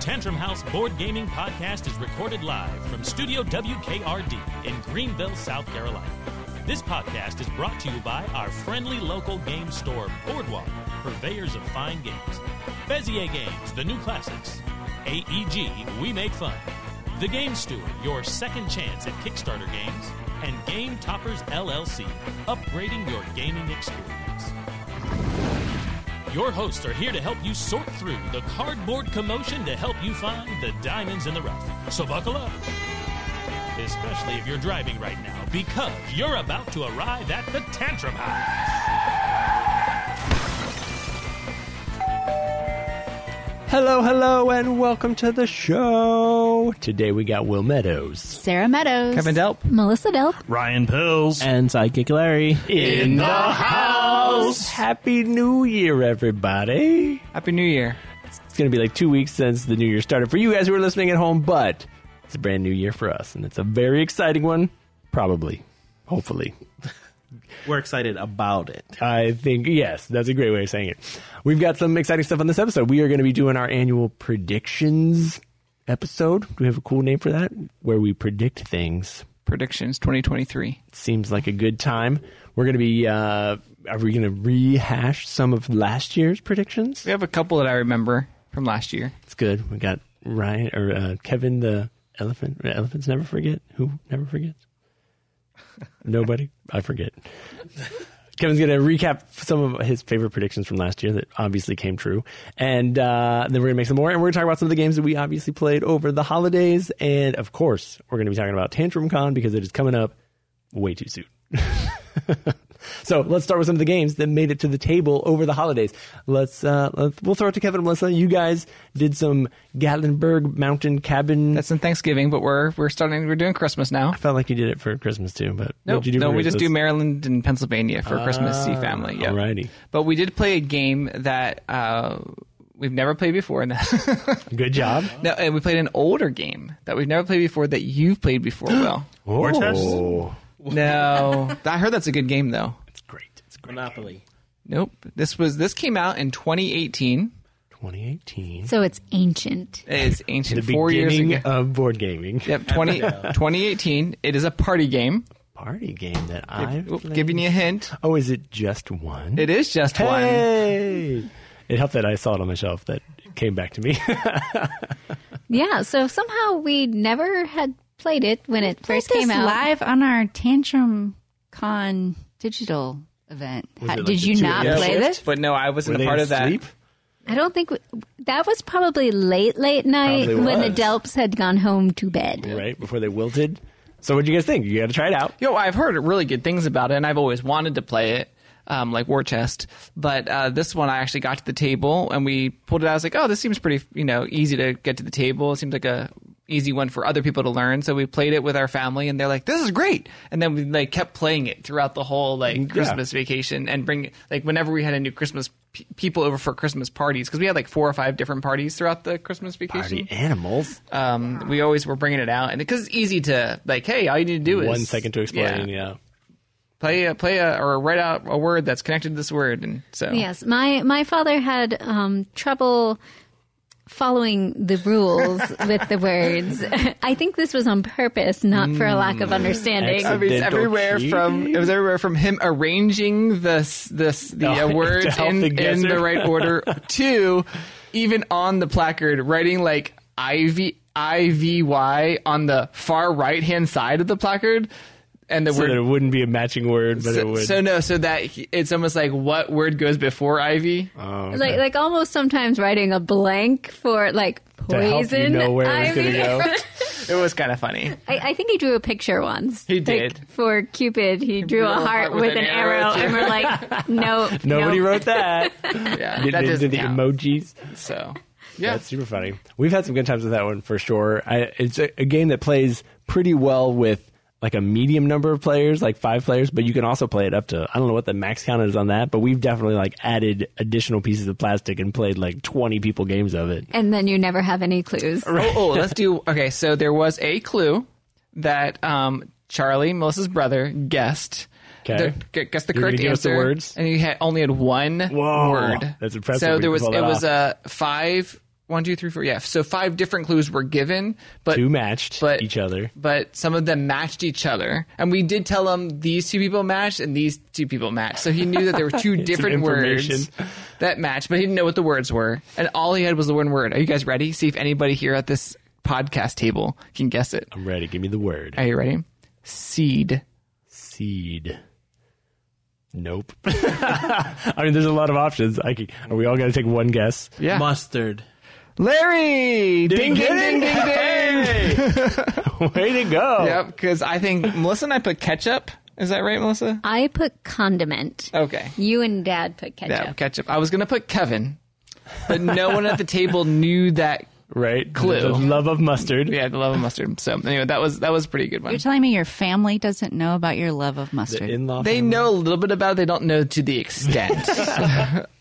Tantrum House Board Gaming Podcast is recorded live from Studio WKRD in Greenville, South Carolina. This podcast is brought to you by our friendly local game store, Boardwalk, purveyors of fine games. Bezier Games, the new classics. AEG, we make fun. The Game Steward, your second chance at Kickstarter games. And Game Toppers LLC, upgrading your gaming experience. Your hosts are here to help you sort through the cardboard commotion to help you find the diamonds in the rough. So buckle up. Especially if you're driving right now, because you're about to arrive at the Tantrum House. Hello, hello, and welcome to the show. Today we got Will Meadows, Sarah Meadows. Kevin Delp, Melissa Delp. Ryan Pills. and Sidekick Larry In the house. Happy New Year, everybody! Happy New Year. It's going to be like two weeks since the new year started for you guys who are listening at home, but it's a brand new year for us, and it's a very exciting one. Probably, hopefully, we're excited about it. I think yes, that's a great way of saying it. We've got some exciting stuff on this episode. We are going to be doing our annual predictions episode. Do we have a cool name for that? Where we predict things. Predictions 2023. seems like a good time. We're going to be, uh, are we going to rehash some of last year's predictions? We have a couple that I remember from last year. It's good. We got Ryan or uh, Kevin the elephant. Elephants never forget. Who never forgets? Nobody. I forget. Kevin's going to recap some of his favorite predictions from last year that obviously came true. And uh, then we're going to make some more. And we're going to talk about some of the games that we obviously played over the holidays. And of course, we're going to be talking about Tantrum Con because it is coming up way too soon. so let's start with some of the games that made it to the table over the holidays. Let's, uh, let's we'll throw it to Kevin and Melissa. You guys did some Gatlinburg Mountain Cabin. That's in Thanksgiving, but we're we're starting. We're doing Christmas now. I felt like you did it for Christmas too, but No, what'd you do no, for we just do Christmas? Maryland and Pennsylvania for Christmas Eve family. Yeah. Alrighty, But we did play a game that uh, we've never played before, and that- good job. no, and we played an older game that we've never played before that you've played before. Will War chest? no, I heard that's a good game though. it's great. It's great. Monopoly. Nope, this was this came out in 2018. 2018, So it's ancient. It's ancient. the four years beginning ago. of board gaming Yep, 20, 2018. It is a party game. party game that I've Oop, played. Giving you a hint, Oh, is it just one? it is just one. Hey! It helped that I saw it on my shelf. That came back to me. Yeah. So somehow we never had played it when it first played came this out. live on our Tantrum Con digital event. How- it like did the you two not AM play shift? this? But no, I Were wasn't a they part of that. asleep? I don't think we, that was probably late, late night Probably when the was. Delps had gone home to bed. right before they wilted. So what do you guys think? You got to try it out. Yo, I've heard really good things about it, and I've always wanted to play it, um, like War Chest. But uh, this one, I actually got to the table and we pulled it out. I was like, oh, this seems pretty, you know, easy to get to the table. It seems like a easy one for other people to learn. So we played it with our family, and they're like, this is great. And then we like kept playing it throughout the whole like Christmas vacation, and bring like whenever we had a new Christmas. pe- People over for Christmas parties because we had like four or five different parties throughout the Christmas vacation Party animals. um, we always were bringing it out, and because it's easy to like, hey, all you need to do is One second to explain. Yeah. play a play a, or write out a word that's connected to this word, and so Yes, my my father had um, trouble following the rules with the words. I think this was on purpose, not for a lack of understanding. Hmm, Excellent. I mean, it's Dental everywhere from it was everywhere from him arranging the s- the s- the Oh, uh, to words help in, the in guesser. the right order to even on the placard writing like IV IVY on the far right hand side of the placard. And the So word that it wouldn't be a matching word, but it so, would. so no, so that he- it's almost like what word goes before Ivy. Oh. Like like almost sometimes writing a blank for like to poison. help you know where it's going ivy. to go. It was kind of funny. I, I think he drew a picture once. He Like, did. for Cupid. He drew a heart with, an, arrow, too. and we're like, no, Nobody no. wrote that. Yeah, Didn't that into doesn't the count. emojis. So yeah, That's super funny. We've had some good times with that one for sure. I, it's a, a game that plays pretty well with like a medium number of players, like five players, but you can also play it up to I don't know what the max count is on that, but we've definitely like added additional pieces of plastic and played like twenty people games of it. And then you never have any clues. oh, oh, let's do. Okay, so there was a clue that um, Charlie, Melissa's brother, guessed. Okay. The, gu- guessed the You're correct gonna give us the answer. words? And you had only had one Whoa. word. That's impressive So we there can was pull it that was uh, five one, two, three, four. Yeah. So five different clues were given, but Two matched but- each other. But some of them matched each other, and we did tell him these two people matched and these two people matched. So he knew that there were two different words information. that matched, but he didn't know what the words were. And all he had was the one word. Are you guys ready? See if anybody here at this podcast table can guess it. I'm ready. Give me the word. Are you ready? Seed. Seed. Nope. I mean, there's a lot of options. I can, are we all going to take one guess? Yeah. Mustard. Larry. Ding ding ding ding ding. Way to go. Yep, because I think Melissa and I put ketchup. Is that right, Melissa? I put condiment. Okay. You and Dad put ketchup. Yeah, ketchup. I was gonna put Kevin, but no one at the table knew that. Right? Clue. The love of mustard. Yeah, the love of mustard. So anyway, that was that was a pretty good one. You're telling me your family doesn't know about your love of mustard. In law. They know a little bit about it. They don't know to the extent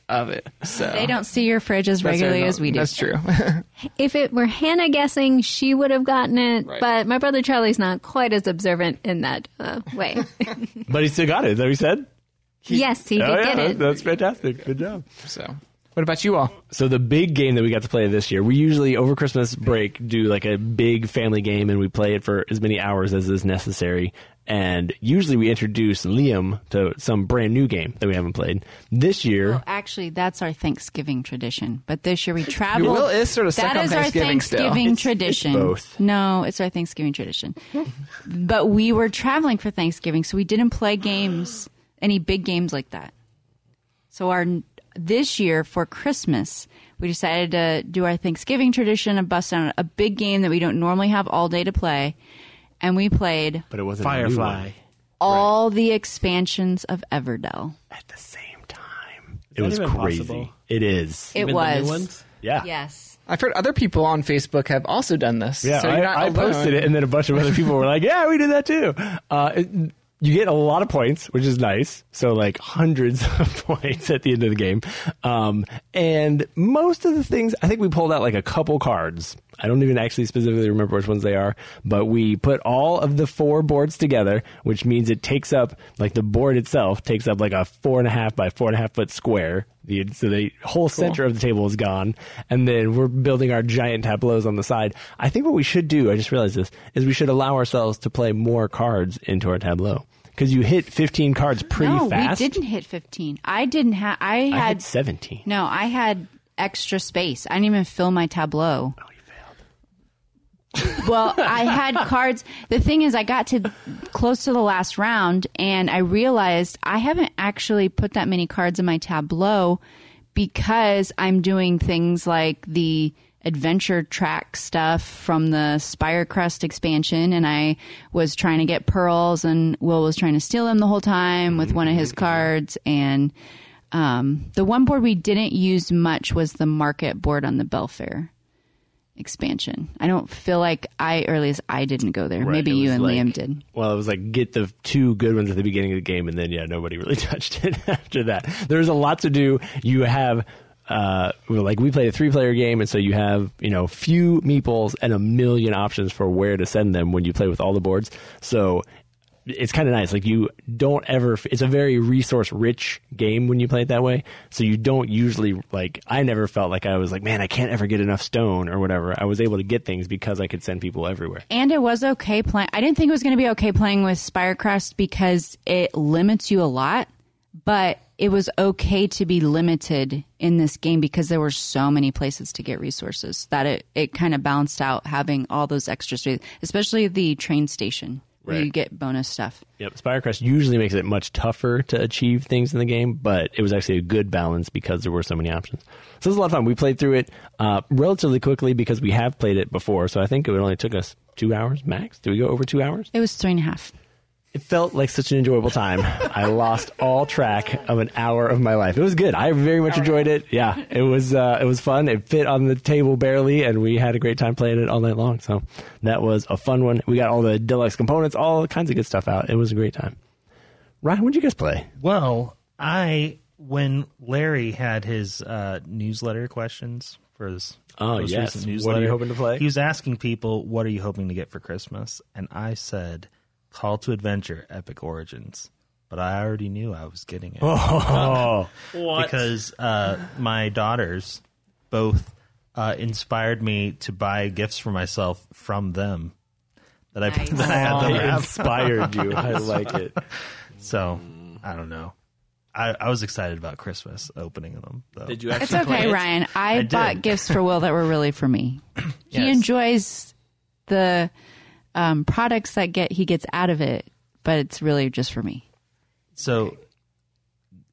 of it. So they don't see your fridge as That's- regularly no, as we do. That's true. If it were Hannah guessing, she would have gotten it. Right. But my brother Charlie's not quite as observant in that uh, way. But he still got it. Is that what he said? yes, he did oh, yeah. get That's, it. that's fantastic. Good job. so what about you all? So the big game that we got to play this year, we usually over Christmas break do like a big family game and we play it for as many hours as is necessary. And usually we introduce Liam to some brand new game that we haven't played. This year, Oh, actually, that's our Thanksgiving tradition. But this year we Your traveled. will is sort of stuck That on is our Thanksgiving still. Thanksgiving It's- it's tradition. both. No, it's our Thanksgiving tradition. but we were traveling for Thanksgiving, so we didn't play games, any big games like that. So our this year for Christmas, we decided to do our Thanksgiving tradition and bust down a big game that we don't normally have all day to play, and we played but it wasn't a new Firefly. one all the expansions of Everdell. at the same time. It that was even crazy. possible? It is. It Even the was new ones? yeah. yes. I've heard other people on Facebook have also done this. Yeah, so you're not I, I alone. posted it, and then a bunch of other people were like, "Yeah, we did that too." Uh, it, you get a lot of points, which is nice. So like hundreds of points at the end of the game, um, and most of the things I think we pulled out like a couple cards. I don't even actually specifically remember which ones they are, but we put all of the four boards together, which means it takes up like the board itself takes up like a four and a half by four and a half foot square. The, so the whole center of the table is gone, and then we're building our giant tableaus on the side. I think what we should do, I just realized this, is we should allow ourselves to play more cards into our tableau because you hit 15 cards pretty no, fast. we didn't hit 15. I didn't have. I I had had 17. No, I had extra space. I didn't even fill my tableau. Oh, you failed. Well, I had cards. The thing is, I got to close to the last round and I realized I haven't actually put that many cards in my tableau because I'm doing things like the adventure track stuff from the Spirecrest expansion and I was trying to get pearls and Will was trying to steal them the whole time with one of his cards and um, the one board we didn't use much was the market board on the Belfair expansion. I don't feel like I, or at least I didn't go there. Right, Maybe it you was and like- Liam did. Well, it was like get the two good ones at the beginning of the game, and then yeah, nobody really touched it after that. There's a lot to do. You have. Uh, well, like we played a three-player game, and so you have you know few meeples and a million options for where to send them when you play with all the boards. So it's kind of nice. Like you don't ever. It's a very resource-rich game when you play it that way. So you don't usually like. I never felt like I was like, man, I can't ever get enough stone or whatever. I was able to get things because I could send people everywhere. And it was okay playing. I didn't think it was going to be okay playing with Spirecrest because it limits you a lot, but it was okay to be limited in this game because there were so many places to get resources that it, it kind of balanced out having all those extra space, especially the train station where Right. you get bonus stuff. Yep, Spirecrest usually makes it much tougher to achieve things in the game, but it was actually a good balance because there were so many options. So it was a lot of fun. We played through it uh, relatively quickly because we have played it before, so I think it only took us two hours max. Did we go over two hours? It was three and a half. It felt like such an enjoyable time. I lost all track of an hour of my life. It was good. I very much enjoyed it. Yeah, it was uh, it was fun. It fit on the table barely, and we had a great time playing it all night long. So that was a fun one. We got all the deluxe components, all kinds of good stuff out. It was a great time. Ryan, what did you guys play? Well, I when Larry had his uh, newsletter questions for his Oh, most yes. recent What newsletter, are you hoping to play? He was asking people, "What are you hoping to get for Christmas?" And I said, "Call to Adventure: Epic Origins." But I already knew I was getting it Oh, because uh, my daughters both uh, inspired me to buy gifts for myself from them that I, Nice. that I had them They wrap. inspired you. I like it. So Mm. I don't know. I, I was excited about Christmas opening them. Though. Did you actually It's okay, play it? Ryan. I, I did. bought gifts for Will that were really for me. He Yes. enjoys the um, products that get he gets out of it, but it's really just for me. So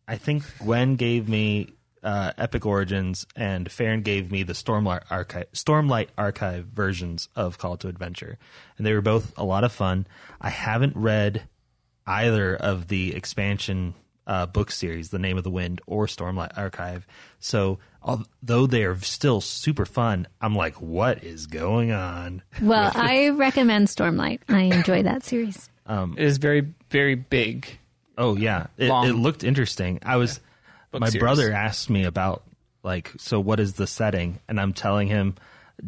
I think Gwen gave me uh, Epic Origins, and Farron gave me the Stormlight Archive, Stormlight Archive versions of Call to Adventure, and they were both a lot of fun. I haven't read either of the expansion uh, book series, The Name of the Wind or Stormlight Archive. So although they are still super fun, I'm like, what is going on? Well, I recommend Stormlight. I enjoy that series. It is very, very big. Oh yeah, it, Long. it looked interesting. I was my series. brother asked me about like so what is the setting, and I'm telling him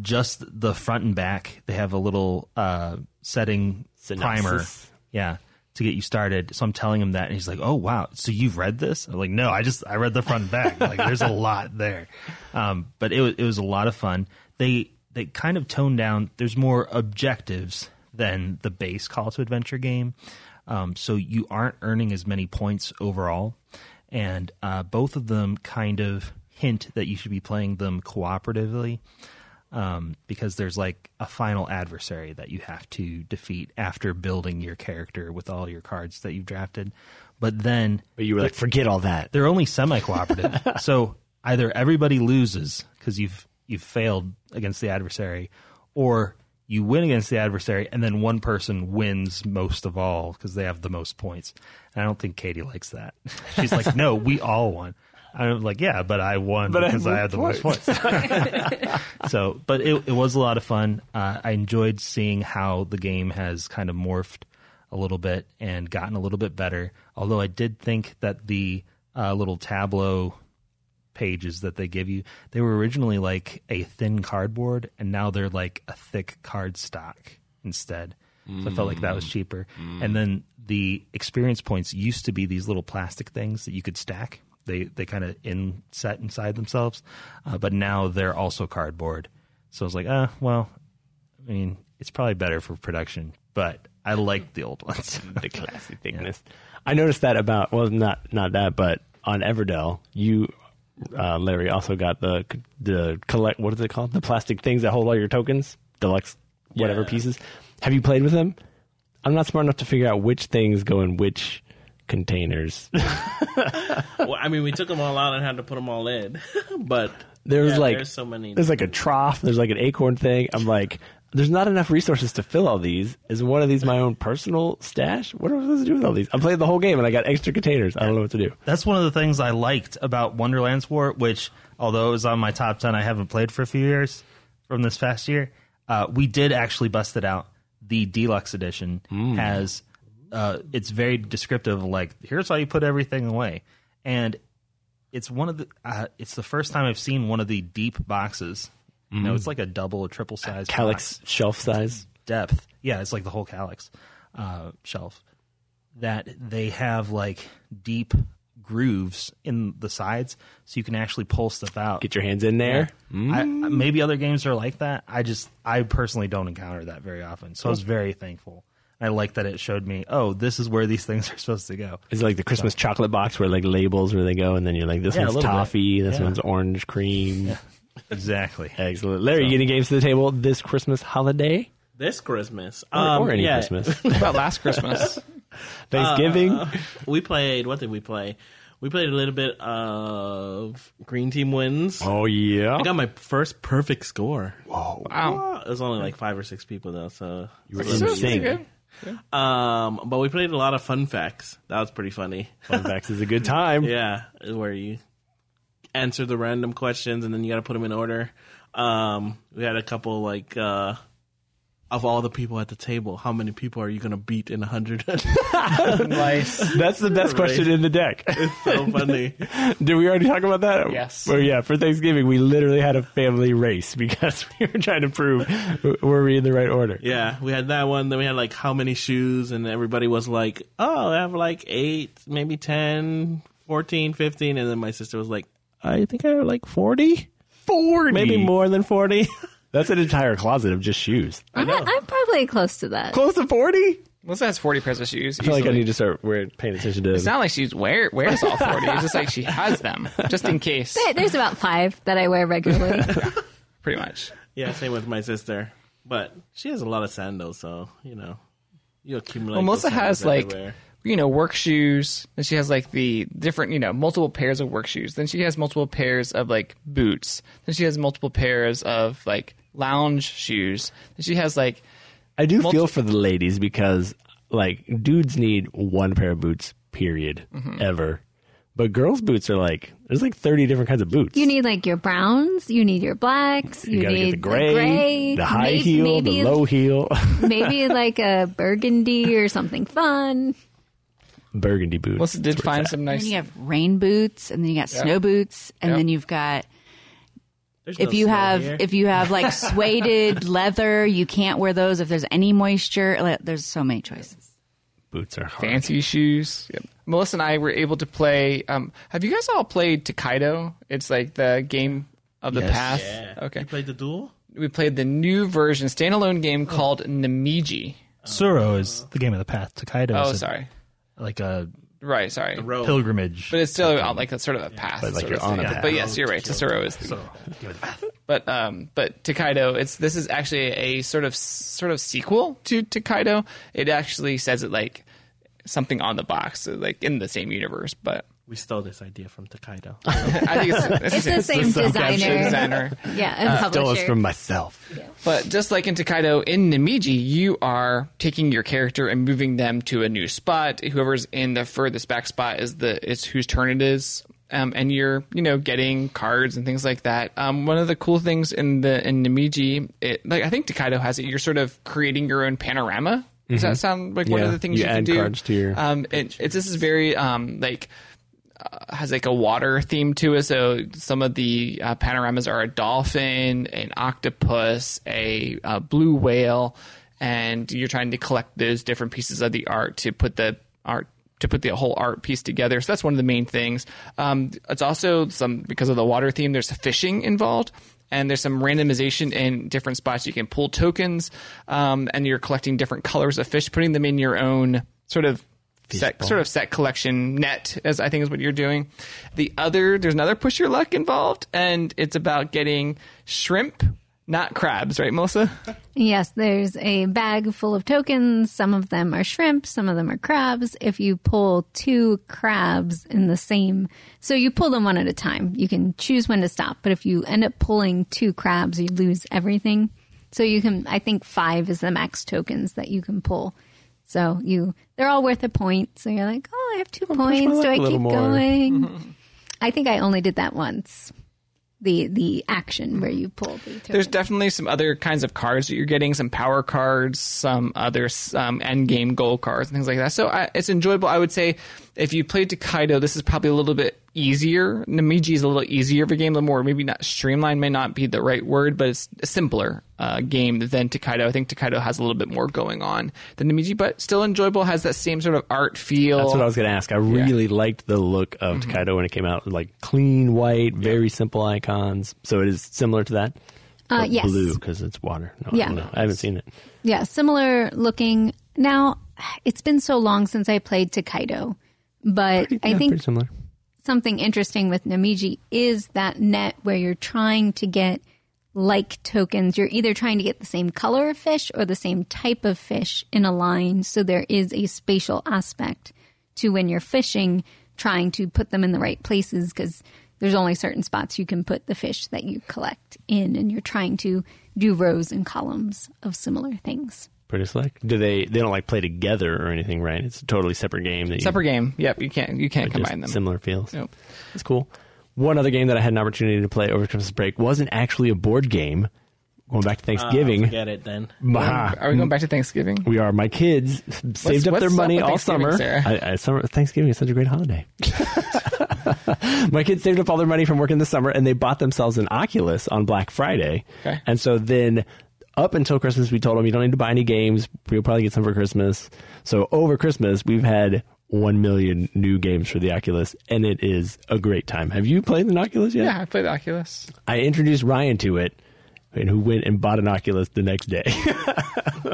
just the front and back. They have a little uh, setting primer, Synopsis. yeah, to get you started. So I'm telling him that, and he's like, "Oh wow, so you've read this?" I'm like, "No, I just I read the front and back. like there's a lot there." Um, but it was it was a lot of fun. They they kind of toned down. There's more objectives than the base Call to Adventure game um, so you aren't earning as many points overall. And uh, both of them kind of hint that you should be playing them cooperatively um, because there's like a final adversary that you have to defeat after building your character with all your cards that you've drafted. But then But you were like, forget all that. they're only semi cooperative. so either everybody loses because you've you've failed against the adversary, or you win against the adversary and then one person wins most of all because they have the most points. And I don't think Katie likes that. She's like, no, we all won. I'm like, yeah, but I won But I because I won had the most points. so, but it, it was a lot of fun. Uh, I enjoyed seeing how the game has kind of morphed a little bit and gotten a little bit better. Although I did think that the uh, little tableau pages that they give you, they were originally like a thin cardboard, and now they're like a thick card stock instead. So I felt like that was cheaper. And then the experience points used to be these little plastic things that you could stack. They they kind of inset inside themselves, uh, but now they're also cardboard. So I was like, ah, well, I mean, it's probably better for production, but I like the old ones. the classy thickness. I noticed that about well, not not that, but on Everdell, you uh, Larry also got the the collect. What is it called? The plastic things that hold all your tokens, deluxe whatever Yeah. pieces. Have you played with them? I'm not smart enough to figure out which things go in which containers. Well, I mean, we took them all out and had to put them all in, but There's yeah, like there's so many. There's like a trough. There's like an acorn thing. I'm like, there's not enough resources to fill all these. Is one of these my own personal stash? What am I supposed to do with all these? I played the whole game and I got extra containers. I don't know what to do. That's one of the things I liked about Wonderland's War, which, although it was on my top 10, I haven't played for a few years from this past year. Uh, we did actually bust it out. The deluxe edition has, uh, it's very descriptive, like, here's how you put everything away. And it's one of the, uh, it's the first time I've seen one of the deep boxes. You know, it's like a double or triple size box Calyx shelf size. depth. Yeah, it's like the whole calyx uh, shelf that they have like deep grooves in the sides, so you can actually pull stuff out. Get your hands in there. I, maybe other games are like that. I just I personally don't encounter that very often, so I was very thankful. I like that it showed me, oh, this is where these things are supposed to go. It's like the Christmas chocolate box where like labels where they go, and then you're like, this Yeah, a one's little bit. toffee, this Yeah. one's orange cream. Exactly. Uh, Excellent. Larry, you getting games to the table this Christmas holiday this Christmas or, um, or any yeah, Christmas? What about last Christmas? Thanksgiving. Uh, We played. What did we play? We played a little bit of Green Team Wins. oh yeah. I got my first perfect score. Wow. Wow, There's only like five or six people though, so You were insane. um. But we played a lot of fun facts. That was pretty funny. Fun facts is a good time. Yeah, where you answer the random questions and then you got to put them in order. Um, we had a couple like uh, of all the people at the table, how many people are you gonna beat in a hundred? nice. That's the best question in the deck. so funny. Did we already talk about that? Yes. Well, yeah, for Thanksgiving, we literally had a family race because we were trying to prove w- were we in the right order. Yeah, we had that one. Then we had like how many shoes, and everybody was like, "Oh, I have like eight, maybe 10, 14, 15. and then my sister was like, "I think I have like 40. 40. Maybe more than 40. That's an entire closet of just shoes. I'm, I'm probably close to that. Close to 40? Melissa has 40 pairs of shoes. I feel like I easily. need to start wearing, paying attention to It's not like she's wear, wears all 40. It's just like she has them just in case, There- There's about five that I wear regularly. pretty much. yeah, same with my sister. But she has a lot of sandals, so, you know, you accumulate. Well, those Melissa sandals has like everywhere. you know work shoes, and she has like the different you know multiple pairs of work shoes. Then she has multiple pairs of like boots. Then she has multiple pairs of like lounge shoes. Then she has like I do multi- feel for the ladies because like dudes need one pair of boots, period, Mm-hmm. ever. But girls' boots are like there's like thirty different kinds of boots. You need like your browns, you need your blacks, you, you gotta need get the gray, the, gray, high may- heel, maybe, the low heel, maybe like a burgundy or something fun. burgundy boots. Melissa did find some And nice. then you have rain boots, and then you got snow boots, and Yeah. then you've got There's if no you snow have here. if you have like sueded leather, you can't wear those if there's any moisture. Like, There's so many choices. boots are hard. Fancy shoes. Yep. Melissa and I were able to play. Um, have you guys all played Takedo? It's like the game of the Yes. past. Yeah. Okay, You played the duel? we played the new version standalone game called Namiji. Suro is the game of the path. Takedo Oh, is a- sorry. like a Right, sorry. Rogue. pilgrimage. But it's still out like a sort of a pass. But, like, sort you're of on a thing. path. But yes, you're right. Tesoro is. The, Game of the path. but um, but Takedo, it's this is actually a sort of sort of sequel to Takedo. It actually says it like something on the box, so, like in the same universe. But We stole this idea from Takedo. I think it's, it's, It's the same caption designer. designer. Yeah, and Stole publisher. it from myself. But just like in Takedo, in Namiji, you are taking your character and moving them to a new spot. Whoever's in the furthest back spot is the is whose turn it is. Um, and you're you know getting cards and things like that. Um, one of the cool things in the in Namiji, it, like I think Takedo has it, you're sort of creating your own panorama. Does that sound like one of Mm-hmm. Yeah, the things you you, can add do? cards to your um, it, it's this is very um like has like a water theme to it. So some of the uh, panoramas are a dolphin, an octopus, a, uh blue whale, and you're trying to collect those different pieces of the art to put the art to put the whole art piece together. So that's one of the main things. Um, it's also some because of the water theme. There's fishing involved. And there's some randomization in different spots. You can pull tokens, um, and you're collecting different colors of fish, putting them in your own sort of set, sort of set collection net, as I think is what you're doing. The other, there's another push your luck involved, and it's about getting shrimp, not crabs, right, Melissa? Yes, there's a bag full of tokens. Some of them are shrimp, some of them are crabs. If you pull two crabs in the same, so you pull them one at a time. You can choose when to stop, but if you end up pulling two crabs, you lose everything. So you can, I think five is the max tokens that you can pull. So you, they're all worth a point. So you're like, oh, I have 2 points. Do luck I a little keep more. going? I think I only did that once. The the action where you pull the tokens. There's definitely some other kinds of cards that you're getting, some power cards, some other um, end game goal cards, and things like that. So I, it's enjoyable. I would say if you played Takedo, this is probably a little bit easier. Namiji is a little easier of a game, a little more maybe not streamlined, may not be the right word, but it's a simpler uh, game than Takedo. I think Takedo has a little bit more going on than Namiji, but still enjoyable. Has that same sort of art feel. That's what I was gonna ask. I really liked the look of Mm-hmm. Takedo when it came out, like clean white, very simple icons. So it is similar to that. Uh, but yes. blue because it's water. No, I Yeah. don't know. I haven't seen it. Yeah, similar looking. Now, it's been so long since I played Takedo, but I Yeah, think pretty similar. something interesting with Namiji is that net where you're trying to get like tokens. You're either trying to get the same color of fish or the same type of fish in a line. So there is a spatial aspect to when you're fishing, trying to put them in the right places because there's only certain spots you can put the fish that you collect in, and you're trying to do rows and columns of similar things. Pretty slick. Do they? They don't like play together or anything, right? It's a totally separate game. That you- Separate game. Yep, you can't you can't just combine them. Similar feels. Yep. It's cool. One other game that I had an opportunity to play over Christmas break wasn't actually a board game. Going back to Thanksgiving, Ah, Forget it then. Bah. Mm-hmm. Are we going back to Thanksgiving? we are. My kids saved up what's their up money with all Thanksgiving, summer. Sarah? I, I, summer. Thanksgiving is such a great holiday. My kids saved up all their money from working this summer, and they bought themselves an Oculus on Black Friday. Okay. And so then, up until Christmas, we told them you don't need to buy any games. We'll probably get some for Christmas. So over Christmas, we've had 1 million new games for the Oculus, and it is a great time. Have you played an Oculus yet? Yeah, I played Oculus. I introduced Ryan to it, and who went and bought an Oculus the next day.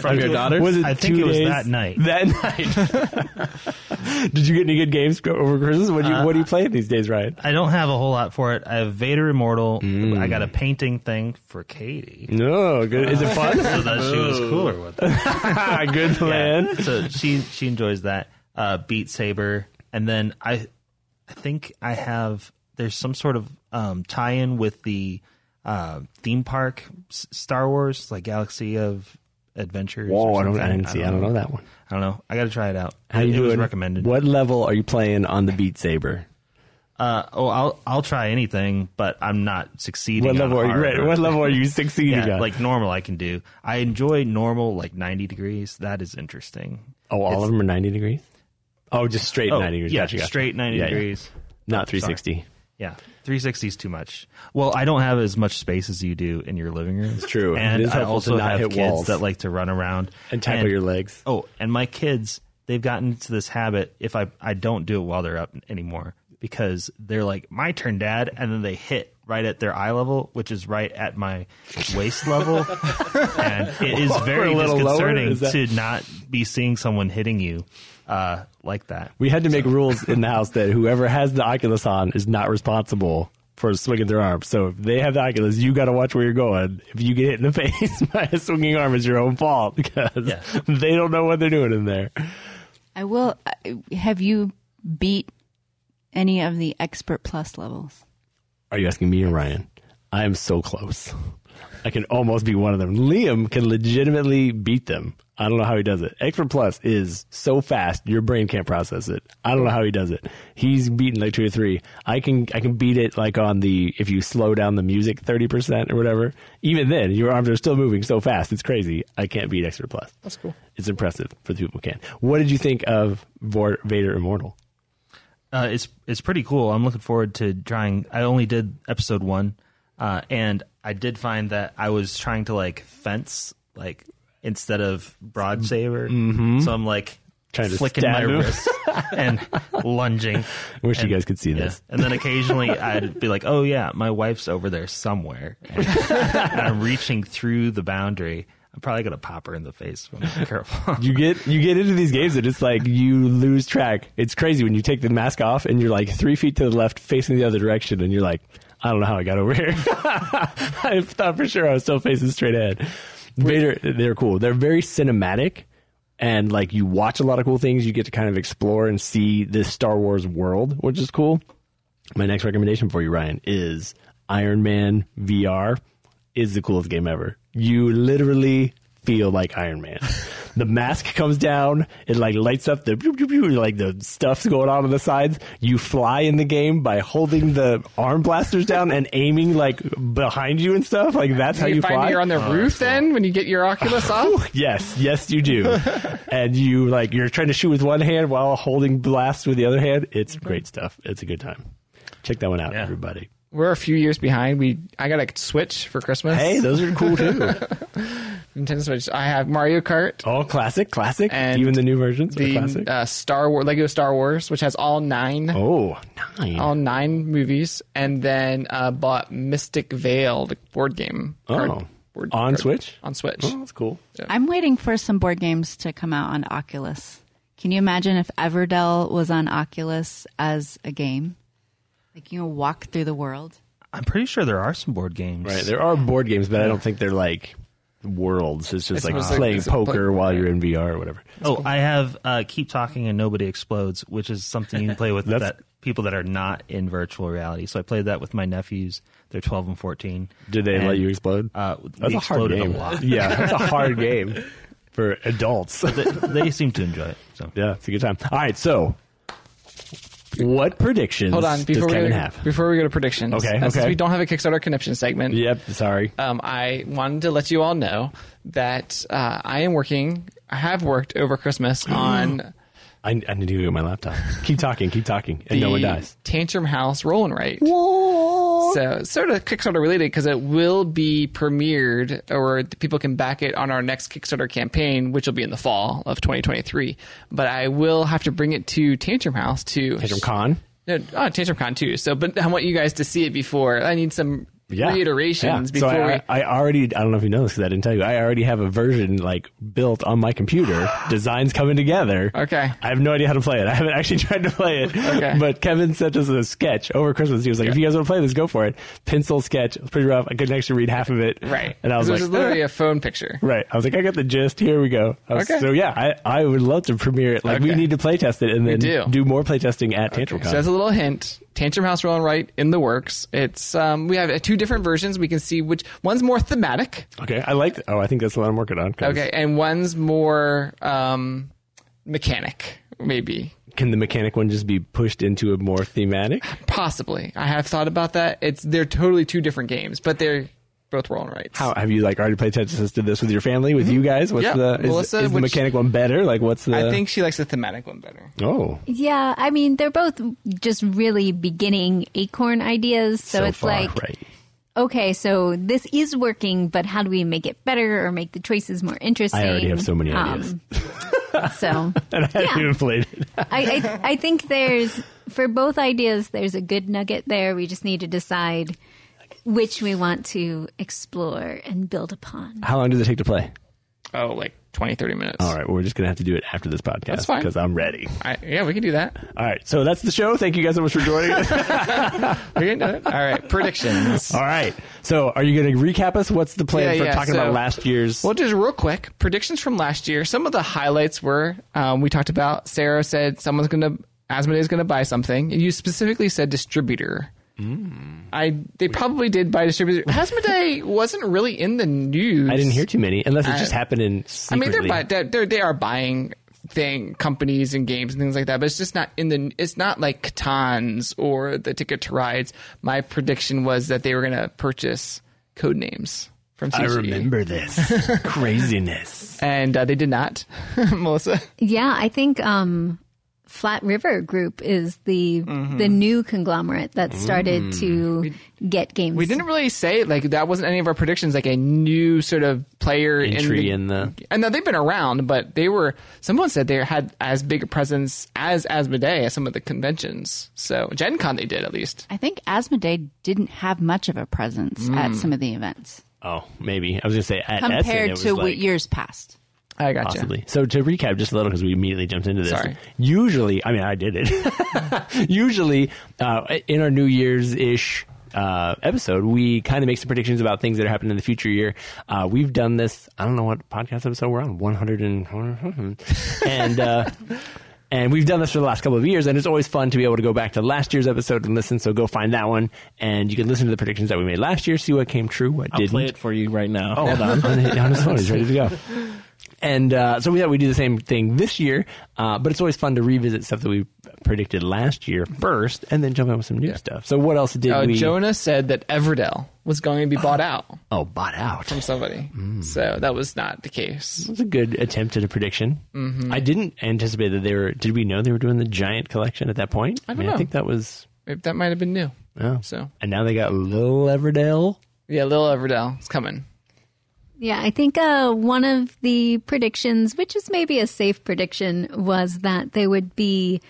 From your daughter? Was it I think two it was days? that night. That night. Did you get any good games go- over Christmas? What do you, what do you play these days, Ryan? I don't have a whole lot for it. I have Vader Immortal. I got a painting thing for Katie. No, good. Mm. Is it fun? So that she was cooler with it. Ah, good plan. Yeah. So she she enjoys that. Uh, Beat Saber, and then I I think I have there's some sort of um, tie-in with the uh, theme park S- Star Wars, like Galaxy of Adventures. Whoa, or I don't. something. I didn't see. I don't know that one. I don't know. I got to try it out. it, it was recommended. What level are you playing on the Beat Saber? Uh, oh, I'll I'll try anything, but I'm not succeeding. What on level are you? hard. Right, what level are you succeeding Yeah, on? like normal I can do. I enjoy normal like 90 degrees. That is interesting. oh, all of them are ninety degrees. Oh, just straight Oh, ninety degrees. yeah, Gotcha, gotcha. straight 90 Yeah, yeah. degrees. Not three sixty. Yeah, 360 is too much. Well, I don't have as much space as you do in your living room. It's true. And It is I helpful to also not have hit kids walls. that like to run around And tackle your legs. Oh, and my kids, they've gotten to this habit. If I I don't do it while they're up anymore because they're like, "My turn, Dad," and then they hit right at their eye level, which is right at my waist level, and it is very a little lower? disconcerting Is that- to not be seeing someone hitting you uh, like that. We had to make rules in the house that whoever has the Oculus on is not responsible for swinging their arm. So if they have the Oculus, you got to watch where you're going. If you get hit in the face by a swinging arm, it's your own fault because Yeah. they don't know what they're doing in there. I will. I- Have you beat any of the expert plus levels? Are you asking me or Ryan? I am so close. I can almost be one of them. Liam can legitimately beat them. I don't know how he does it. Expert Plus is so fast your brain can't process it. I don't know how he does it. He's beaten like two or three. I can I can beat it like on the if you slow down the music thirty percent or whatever. Even then, your arms are still moving so fast. It's crazy. I can't beat Expert Plus. That's cool. It's impressive for the people who can. What did you think of Vor- Vader Immortal? uh, it's it's pretty cool. I'm looking forward to trying. I only did episode one, uh, and I did find that I was trying to like fence like instead of broad saber. So I'm like Mm-hmm. Trying to flicking stab my him. wrist and lunging. Wish you And- guys could see yeah. this. And then occasionally I'd be like, "Oh yeah, my wife's over there somewhere," and, and I'm reaching through the boundary. I'm probably gonna pop her in the face. If I'm not careful. you get you get into these games and it's like you lose track. It's crazy when you take the mask off and you're like three feet to the left, facing the other direction, and you're like, I don't know how I got over here. I thought for sure I was still facing straight ahead. Vader, they're cool. They're very cinematic, and like you watch a lot of cool things. You get to kind of explore and see this Star Wars world, which is cool. My next recommendation for you, Ryan, is Iron Man VR is the coolest game ever. You literally feel like Iron Man. the mask comes down, it like lights up the pew, pew, pew, like the stuff's going on on the sides. You fly in the game by holding the arm blasters down and aiming like behind you and stuff. Like that's how you, you, find fly. that you're on the roof then when you get your Oculus off? Yes, yes, you do. and you like you're trying to shoot with one hand while holding blast with the other hand. It's Mm-hmm. great stuff. It's a good time. Check that one out, Yeah. everybody. We're a few years behind. We I got a Switch for Christmas. Hey, those are cool too. Nintendo Switch. I have Mario Kart, All classic, classic. And Even the new versions are the classic. uh, Star Wars Lego Star Wars, which has all nine oh, nine. all nine movies, and then uh, bought Mystic Veil, the board game. Oh. On Switch? On Switch. oh, that's cool. I'm waiting for some board games to come out on Oculus. Can you imagine if Everdell was on Oculus as a game? Like you know, walk through the world. I'm pretty sure there are some board games. Right. There are board games, but I don't think they're like worlds. It's just It's like just like- playing it's a pla- poker while you're in VR or whatever. Oh, I have uh, Keep Talking and Nobody Explodes, which is something you can play with That's- that people that are not in virtual reality. So I played that with my nephews. They're 12 and 14. Did they And, let you explode? Uh, that's we a hard exploded game. a lot. yeah, that's a hard game for adults. they, they seem to enjoy it. So yeah, it's a good time. All right, so what predictions Hold on, before does we, go Kevin to, have? before we go to predictions. Okay, uh, since okay. we don't have a Kickstarter connection segment. Yep, sorry. um, I wanted to let you all know that uh, I am working. I have worked over Christmas on I, I need to go get my laptop. Keep talking, keep talking, and the no one dies. Tantrum House Roll and Write. cool. So sort of Kickstarter related because it will be premiered, or the people can back it on our next Kickstarter campaign, which will be in the fall of 2023. But I will have to bring it to Tantrum House to Tantrum Con. No, oh, Tantrum Con too. So, but I want you guys to see it before. I need some Yeah. reiterations Yeah. before so I, we. I, I already, I don't know if you know this because I didn't tell you. I already have a version like built on my computer. Designs coming together. Okay. I have no idea how to play it. I haven't actually tried to play it. Okay. But Kevin sent us a sketch over Christmas. He was like, if you guys want to play this, go for it. Pencil sketch. It was pretty rough. I couldn't actually read half of it. Right. And I was this like, is literally "Ah." a phone picture. Right. I was like, I got the gist. Here we go. I was- Okay. So yeah, I, I would love to premiere it. Like we Okay. need to play test it and then do. more play testing at TantrumCon. So that's a little hint. Tantrum House Roll and Write in the works. It's um, we have uh, two different versions. We can see which one's more thematic, okay. I like. Oh, I think that's what I'm working on. 'cause okay, and one's more um, mechanic, maybe Can the mechanic one just be pushed into a more thematic? possibly. I have thought about that. It's they're totally two different games, but they're both roll and writes. How Oh, have you like already played Tetris? Did this with your family, with you guys? What's Mm-hmm. Yeah, the is, Melissa, is the which- mechanic one better? Like what's the? I think she likes the thematic one better. Oh, Yeah, I mean, they're both just really beginning acorn ideas. So, it's far, like, right. okay, so this is working, but how do we make it better or make the choices more interesting? I already have so many Um, ideas, so and I haven't yeah. even played it. I, I, I think there's, for both ideas, there's a good nugget there. We just need to decide which we want to explore and build upon. How long does it take to play? Oh, like 20, 30 minutes. All right, well, we're just gonna have to do it after this podcast That's fine. because I'm ready. I, yeah, we can do that. All right, so that's the show. Thank you guys so much for joining us. We can do it. All right, predictions. All right. So, are you going to recap us? What's the plan Yeah, for yeah, talking about so- last year's? Well, just real quick, predictions from last year. Some of the highlights were um, we talked about. Sarah said someone's going to Asmodee is going to buy something. You specifically said distributor. Hmm. I they probably did buy distributor. Asmodee wasn't really in the news. I didn't hear too many, unless it I- just happened in. I mean, Secretly. they're, buy, they're, they're they are buying thing companies and games and things like that, but it's just not in the. It's not like Catans or the Ticket to Rides. My prediction was that they were going to purchase code names from. CG. I remember this craziness. and uh, they did not, Melissa. Yeah, I think um, Flat River Group is the Mm-hmm. the new conglomerate that started Mm. to get games. We didn't really say like that wasn't any of our predictions. Like a new sort of player Entry in in the, the. and now they've been around, but they were. Someone said they had as big a presence as Asmodee at some of the conventions. So Gen Con they did at least. I think Asmodee didn't have much of a presence Hmm. at some of the events Oh, maybe I was going to say at Essen, it compared was to like, what years past. I gotcha. Possibly. So to recap just a little, because we immediately jumped into this. Sorry. Usually, I mean, I did it. Usually, uh, in our New Year's ish uh, episode, we kind of make some predictions about things that are happening in the future year. Uh, we've done this. I don't know what podcast episode we're on. One hundred and and. Uh, And we've done this for the last couple of years, and it's always fun to be able to go back to last year's episode and listen. So go find that one, and you can listen to the predictions that we made last year, see what came true, what I'll didn't play it for you right now. Oh, on, on, on his phone. He's ready to go. And uh, so we thought we'd do the same thing this year, uh, but it's always fun to revisit stuff that we predicted last year first, and then jump in with some new stuff. So what else did Uh, we? Jonah said that Everdell was going to be bought out oh, bought out. from somebody. Hmm. So that was not the case. It was a good attempt at a prediction. I didn't anticipate that they were. Did we know they were doing the giant collection at that point? I, don't mean, I know. think that was. Maybe that might have been new. Oh. So And now they got Lil Everdale. yeah, Little Everdell is coming. Yeah, I think uh, one of the predictions, which is maybe a safe prediction, was that there would be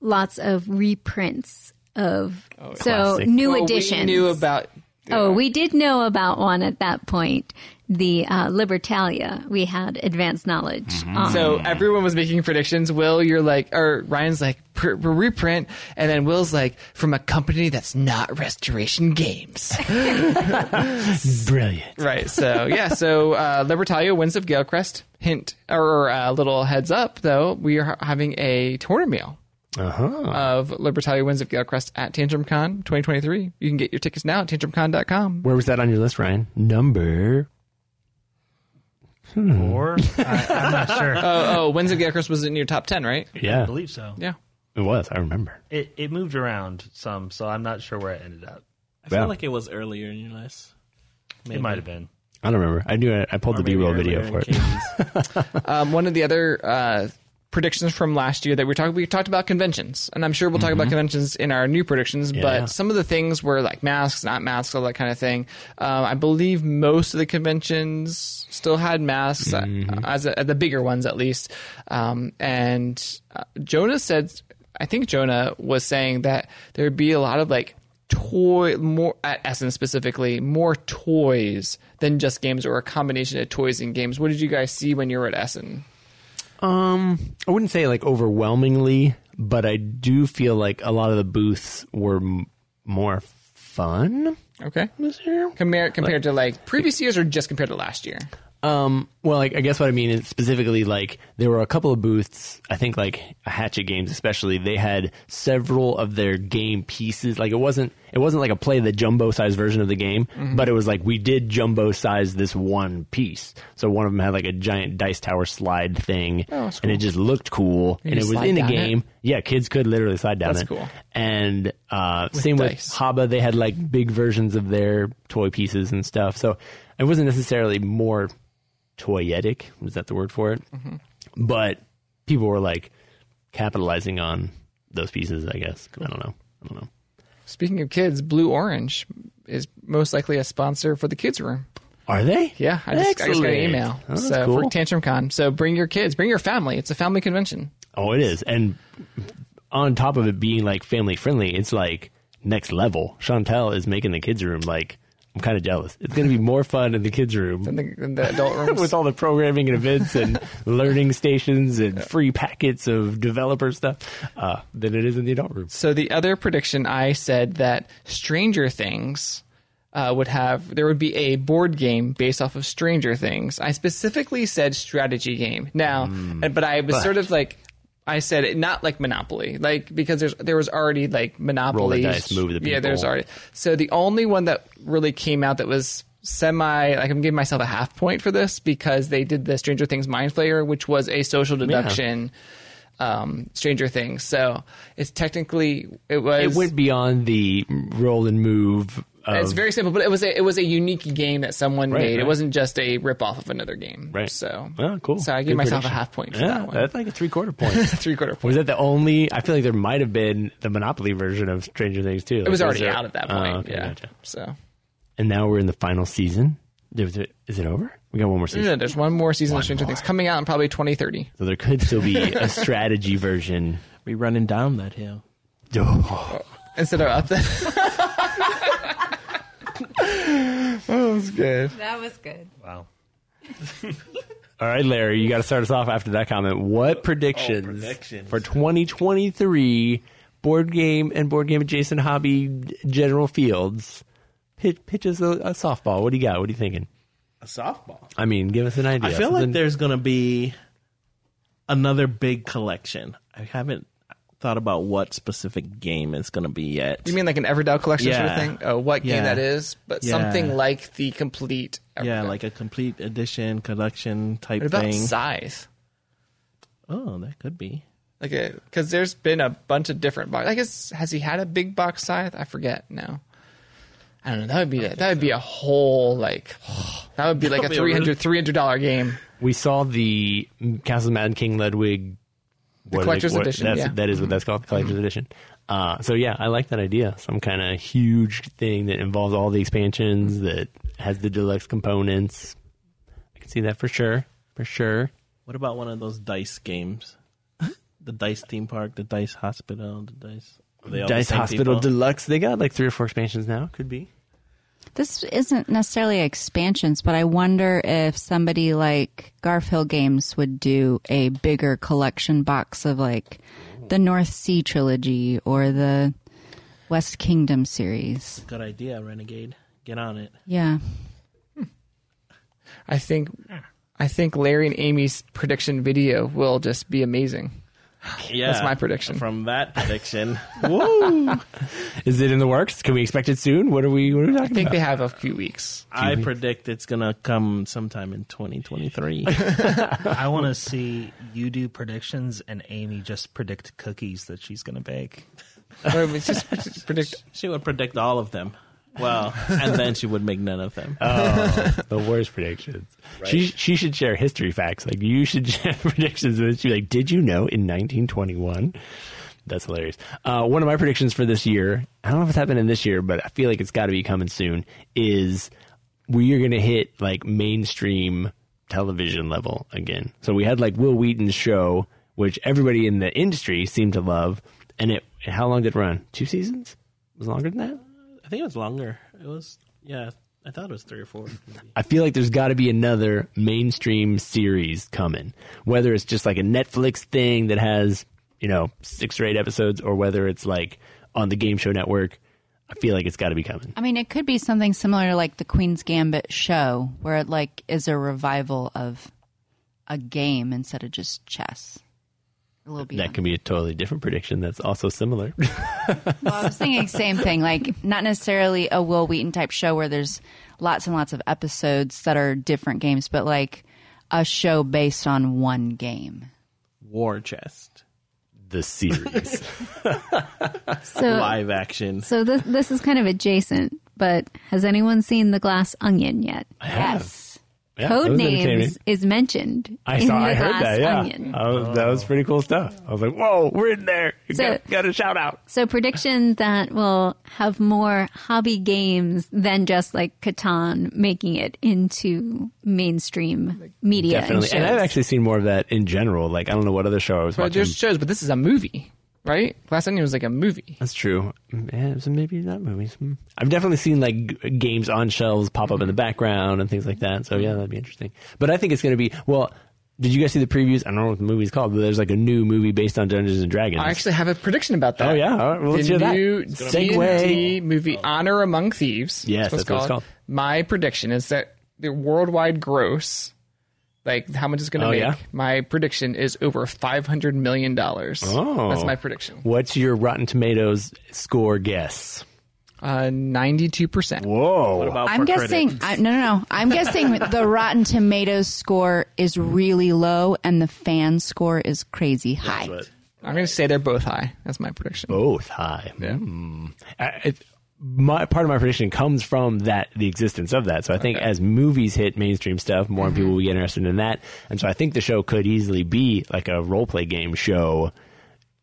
lots of reprints of so Oh, Classic. new Well, editions. We knew about. oh, we did know about one at that point. The uh, Libertalia, we had advanced knowledge. Mm-hmm. on. So everyone was making predictions. Will, you're like, or Ryan's like, "Pr- pr- reprint, and then Will's like, from a company that's not Restoration Games, Brilliant. right? So yeah, so uh, Libertalia wins of Galecrest. Hint or a little heads up though, we are having a tournament meal Uh huh. of Libertalia wins of Galecrest at TantrumCon 2023. You can get your tickets now at tantrumcon.com. Where was that on your list, Ryan? Number. Or I, I'm not sure. Oh, oh, wins of Galecrest was in your top ten, right? I Yeah, believe so. Yeah. it was. I remember. It it moved around some, so I'm not sure where it ended up. I feel Yeah. like it was earlier in your list. It might have been. I don't remember. I knew I, I pulled the B roll Maybe video earlier for in it. Katie's. Um, one of the other uh, predictions from last year that we talked we talked about conventions, and I'm sure we'll talk about conventions in our new predictions. Yeah. But some of the things were like masks, not masks, all that kind of thing. Uh, I believe most of the conventions still had masks, uh, as a, the bigger ones at least. Um, and uh, Jonah said, I think Jonah was saying that there would be a lot of like toy more at Essen specifically more toys than just games or a combination of toys and games. What did you guys see when you were at Essen? Um, I wouldn't say like overwhelmingly, but I do feel like a lot of the booths were m- more fun Okay. this year. Compared compared to like previous years or just compared to last year? Um, well, like, I guess what I mean is specifically like there were a couple of booths. I think like Hatchet Games, especially, they had several of their game pieces. Like it wasn't it wasn't like a play the jumbo size version of the game, Mm-hmm. but it was like we did jumbo size this one piece. So one of them had like a giant dice tower slide thing, Oh, and it just looked cool, and it could was slide in the down it. game. Yeah, kids could literally slide down That's it. cool. And uh, same dice. with Haba, they had like big versions of their toy pieces and stuff. So it wasn't necessarily more toyetic. Was that the word for it? Mm-hmm. But people were like capitalizing on those pieces. I guess I don't know. I don't know. Speaking of kids, Blue Orange is most likely a sponsor for the kids room. Are they? Yeah, I just, I just got an Excellent. email. Oh, that's so for cool. Tantrum Con. So bring your kids, bring your family. It's a family convention. Oh, it is. And on top of it being like family friendly, it's like next level. Chantel is making the kids' room like I'm kind of jealous. It's going to be more fun in the kids' room In the, in the adult rooms. with all the programming and events and learning stations and free packets of developer stuff uh, than it is in the adult room. So the other prediction I said that Stranger Things uh, would have there would be a board game based off of Stranger Things. I specifically said strategy game. Now, Hmm. and- but I was sort of like I said it not like Monopoly, like because there's there was already like Monopoly. dice, move the Yeah, there's people. already. So the only one that really came out that was semi like I'm giving myself a half point for this because they did the Stranger Things Mind Flayer, which was a social deduction. Um, Stranger Things, so it's technically it was It went beyond the roll and move. Of, it's very simple, but it was a it was a unique game that someone Right, made. It right. wasn't just a rip off of another game. Right. So Oh, cool. So I gave Good myself prediction. a half point for yeah, that one. That's like a three quarter point. Three quarter point. Was that the only? I feel like there might have been the Monopoly version of Stranger Things too. It was already out at that point. yeah. So Oh, And now we're in the final season. There was a- Is it over? We got one more season, yeah, there's one more season One of Stranger more. Things coming out in probably 2030. so there could still be a strategy version. We running down that hill. Oh, Instead of up the that was good. That was good. Wow. All right, Larry, you got to start us off after that comment. What predictions, predictions. for 2023 board game and board game adjacent hobby general fields? Pitch, pitch us a, a softball. What do you got? What are you thinking? A softball. I mean, give us an idea. I feel like Something- there's gonna be another big collection. I haven't thought about what specific game it's gonna be yet. You mean like an Everdell collection Yeah. sort of thing? Oh, what Yeah. game that is? But Yeah. something like the complete. yeah, Everdell. like a complete edition collection type what about thing. scythe? oh, that could be. Like, because there's been a bunch of different box. I guess has he had a big box scythe? I forget now. I don't know. That would be a, that would be a whole like that would be like a be a really- 300 300 dollar game. We saw the Castle of Mad King Ludwig the collector's edition, That's, yeah. That is what that's called, the collector's edition. Uh, so yeah, I like that idea. Some kind of huge thing that involves all the expansions that has the deluxe components. I can see that for sure, for sure. What about one of those dice games? the dice theme park, the dice hospital, the dice. are they all the Dice same Hospital people? Deluxe. They got like three or four expansions now. Could be. This isn't necessarily expansions, but I wonder if somebody like Garfield Games would do a bigger collection box of like the North Sea trilogy or the West Kingdom series. Good idea, Renegade. Get on it. Yeah. I think I think Larry and Amy's prediction video will just be amazing. Yeah, That's my prediction. From that prediction, Is it in the works? Can we expect it soon? What are we? What are we I talking think about? they have a few weeks. I predict it's gonna come sometime in 2023. I want to see you do predictions and Amy just predict cookies that she's going to bake. Or it's just predict she would predict all of them. Well, and then she would make none of them. Uh, the worst predictions. She she should share history facts. Like you should share predictions. And she'd be like, "Did you know in 1921?" That's hilarious. Uh, one of my predictions for this year, I don't know if it's happening this year, but I feel like it's got to be coming soon. Is we are going to hit like mainstream television level again. So we had like Will Wheaton's show, which everybody in the industry seemed to love, and it. How long did it run? Two seasons? It was longer than that. I think it was longer. It was yeah. I thought it was three or four. I feel like there's got to be another mainstream series coming, whether it's just like a Netflix thing that has, you know, six or eight episodes, or whether it's like on the Game Show Network. I feel like it's got to be coming. I mean, it could be something similar to like the Queen's Gambit show, where it like is a revival of a game instead of just chess. A little bit. That can be a totally different prediction that's also similar. Well, I was thinking same thing. Like not necessarily a Will Wheaton type show where there's lots and lots of episodes that are different games, but like a show based on one game. War chest, the series. Uh, uh, So, live action. so this this is kind of adjacent. But has anyone seen The Glass Onion yet? Yes. Yeah, that Code was entertaining. names is mentioned. I in saw. The I heard Glass that. Yeah, Onion. I was- that Oh. was pretty cool stuff. I was like, "Whoa, we're in there!" You So- got, got a shout out. So prediction that will have more hobby games than just like Catan making it into mainstream media. Definitely. And And I've shows. actually seen more of that in general. Like, I don't know what other show I was Well, watching. there's shows, but this is a movie, right? Glass Onion was like a movie. That's true. Yeah, so maybe not movies. Hmm. I've definitely seen like g- games on shelves pop up in the background and things like that. So yeah, that'd be interesting. But I think it's going to be well. Did you guys see the previews? I don't know what the movie's called, but there's like a new movie based on Dungeons and Dragons. I actually have a prediction about that. Oh, yeah? All right, well, let's the hear that. new It's gonna be- D&D movie, Honor Among Thieves. Yes, that's what it's called. My prediction is that the worldwide gross, like how much it's going to Oh, make, yeah? my prediction is over five hundred million dollars. Oh. that's my prediction. What's your Rotten Tomatoes score guess? Uh, Ninety-two percent. Whoa! What about I'm for guessing. critics? I, no, no, no. I'm guessing the Rotten Tomatoes score is really low, and the fan score is crazy high. But I'm going to say they're both high. That's my prediction. both high. Hmm. I, it, my part of my prediction comes from that the existence of that. So I think as movies hit mainstream stuff, more Mm-hmm. people will get interested in that, and so I think the show could easily be like a role play game show.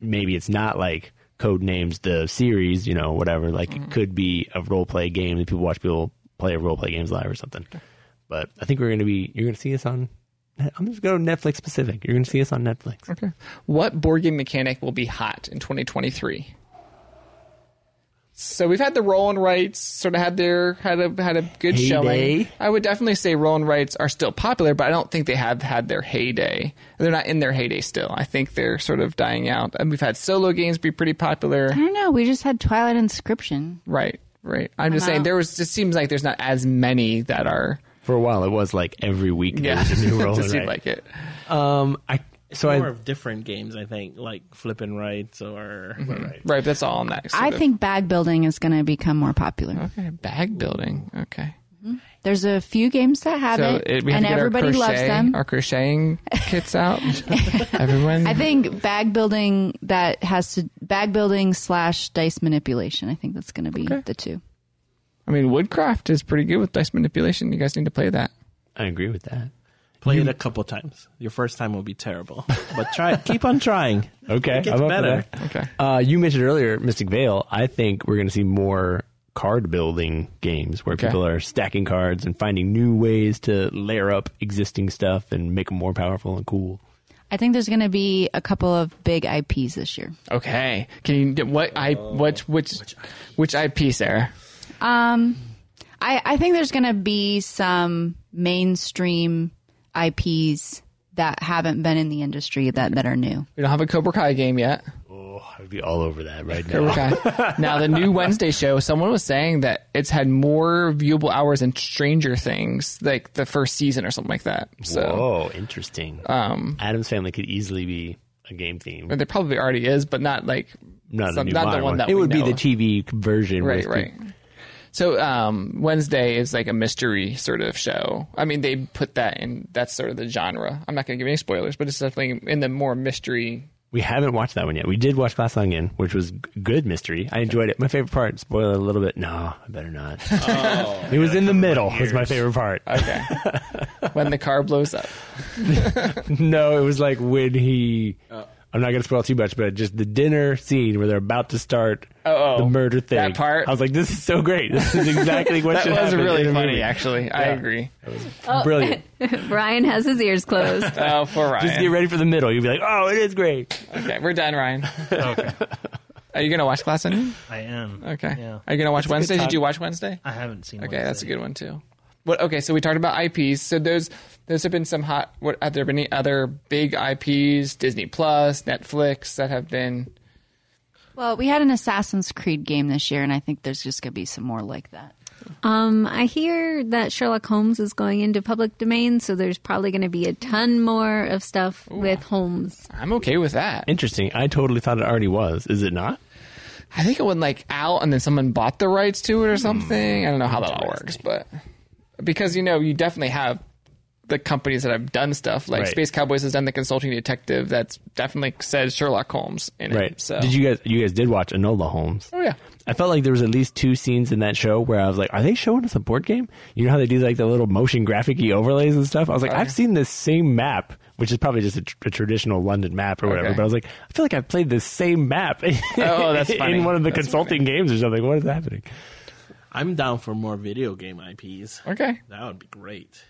Maybe it's not like code names the series, you know, whatever. Like Mm-hmm. it could be a role play game that people watch people play role play games live or something. But I think we're going to be you're going to see us on. I'm just going to Netflix specific. You're going to see us on Netflix. Okay. What board game mechanic will be hot in 2023? So we've had the roll and rights sort of had their had a had a good Heyday. showing. I would definitely say roll and rights are still popular, but I don't think they have had their heyday. They're not in their heyday still. I think they're sort of dying out. And we've had solo games be pretty popular. I don't know. We just had Twilight Inscription. Right, right. I'm just I'm saying out. there was just seems like there's not as many that are For a while, it was like every week there yeah. was a new role. just seemed right? like it. Um, I so more I of different games, I think, like flipping rights or Mm-hmm. Right, but that's all next. I think bag building is going to become more popular. okay, bag building. Okay. There's a few games that have So it, it, we have and to get everybody our crochet, loves them. Our crocheting kits out. Everyone. I think bag building that has to bag building slash dice manipulation. I think that's going to be the two. I mean, woodcraft is pretty good with dice manipulation. You guys need to play that. I agree with that. play it a couple times. Your first time will be terrible, but try. keep on trying. Okay, it gets I'm up for better. that. Okay. Uh, you mentioned earlier Mystic Veil. I think we're going to see more card building games where Okay. people are stacking cards and finding new ways to layer up existing stuff and make them more powerful and cool. I think there's going to be a couple of big IPs this year. Okay. Can you get what I what which which IP, Sarah? Um, I I think there's going to be some mainstream IPs that haven't been in the industry that that are new. We don't have a Cobra Kai game yet. Oh, I'd be all over that right now. Cobra Kai. now the new Wednesday show. Someone was saying that it's had more viewable hours than Stranger Things, like the first season or something like that. So. Whoa, interesting. Um, Adam's Family could easily be a game theme. There probably already is, but not like Not, some- a new not the modern one that it we would be know the of. TV version, right with right so um wednesday is like a mystery sort of show i mean they put that in that's sort of the genre i'm not going to give any spoilers but it's definitely in the more mystery We haven't watched that one yet. We did watch Glass Onion, which was g- good mystery. I enjoyed it. My favorite part, spoiler a little bit. No, I better not. Oh, it was in the middle. Was my favorite part. Okay. when the car blows up. No, it was like when he. Uh. I'm not going to spoil too much, but just the dinner scene where they're about to start Oh, oh. the murder thing. That part? I was like, this is so great. This is exactly what That should was happen really in a funny, movie. actually. I Yeah. agree. Brilliant. Ryan has his ears closed. Oh, for Ryan. Just get ready for the middle. You'll be like, oh, it is great. Okay, we're done, Ryan. Okay. Are you gonna watch Glass Onion? I am. Okay. Yeah. Are you gonna watch Wednesday? Did top- you watch Wednesday? I haven't seen. Okay, that's a good one too. What? Okay, so we talked about IPs. So those those have been some hot. What have there been any other big IPs? Disney Plus, Netflix that have been. Well, we had an Assassin's Creed game this year, and I think there's just going to be some more like that. Um, I hear that Sherlock Holmes is going into public domain, so there's probably going to be a ton more of stuff with Holmes. I'm okay with that. Interesting. I totally thought it already was. Is it not? I think it went like out, and then someone bought the rights to it or something. I don't know how that all works, but because you know you definitely have the companies that have done stuff like Right. Space Cowboys has done the consulting detective that's definitely says Sherlock Holmes in Right. it. So Did you guys? You guys did watch Enola Holmes? Oh yeah. I felt like there was at least two scenes in that show where I was like, "Are they showing us a board game?" You know how they do like the little motion graphicy overlays and stuff. I Oh, was like, "I've seen this same map, which is probably just a, tr- a traditional London map or whatever." Okay. But I was like, "I feel like I've played this same map Oh, that's funny. in one of the That's consulting games or something." What is happening? I'm down for more video game IPs. Okay. That would be great.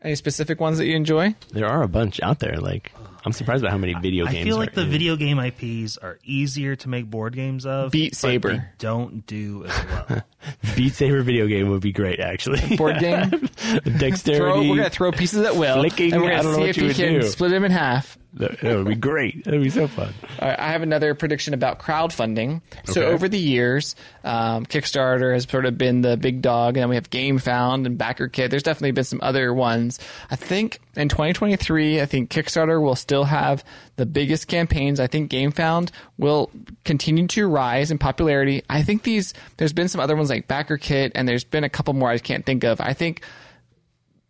Any specific ones that you enjoy? There are a bunch out there. Like, I'm surprised by how many video I games. feel are like the in. video game IPs are easier to make board games of. Beat but Saber. they don't do as well. Beat Saber video game would be great, actually. Board game. Dexterity. throw, we're gonna throw pieces at will, Flicking, and we're I don't gonna know see what if you he would can do. split them in half. That, that would be great. That would be so fun. All right, I have another prediction about crowdfunding. So Okay. over the years, um, Kickstarter has sort of been the big dog, and then we have GameFound and BackerKit. There's definitely been some other ones. I think in 2023, I think Kickstarter will still have the biggest campaigns. I think GameFound will continue to rise in popularity. I think these. There's been some other ones like BackerKit, and there's been a couple more I can't think of. I think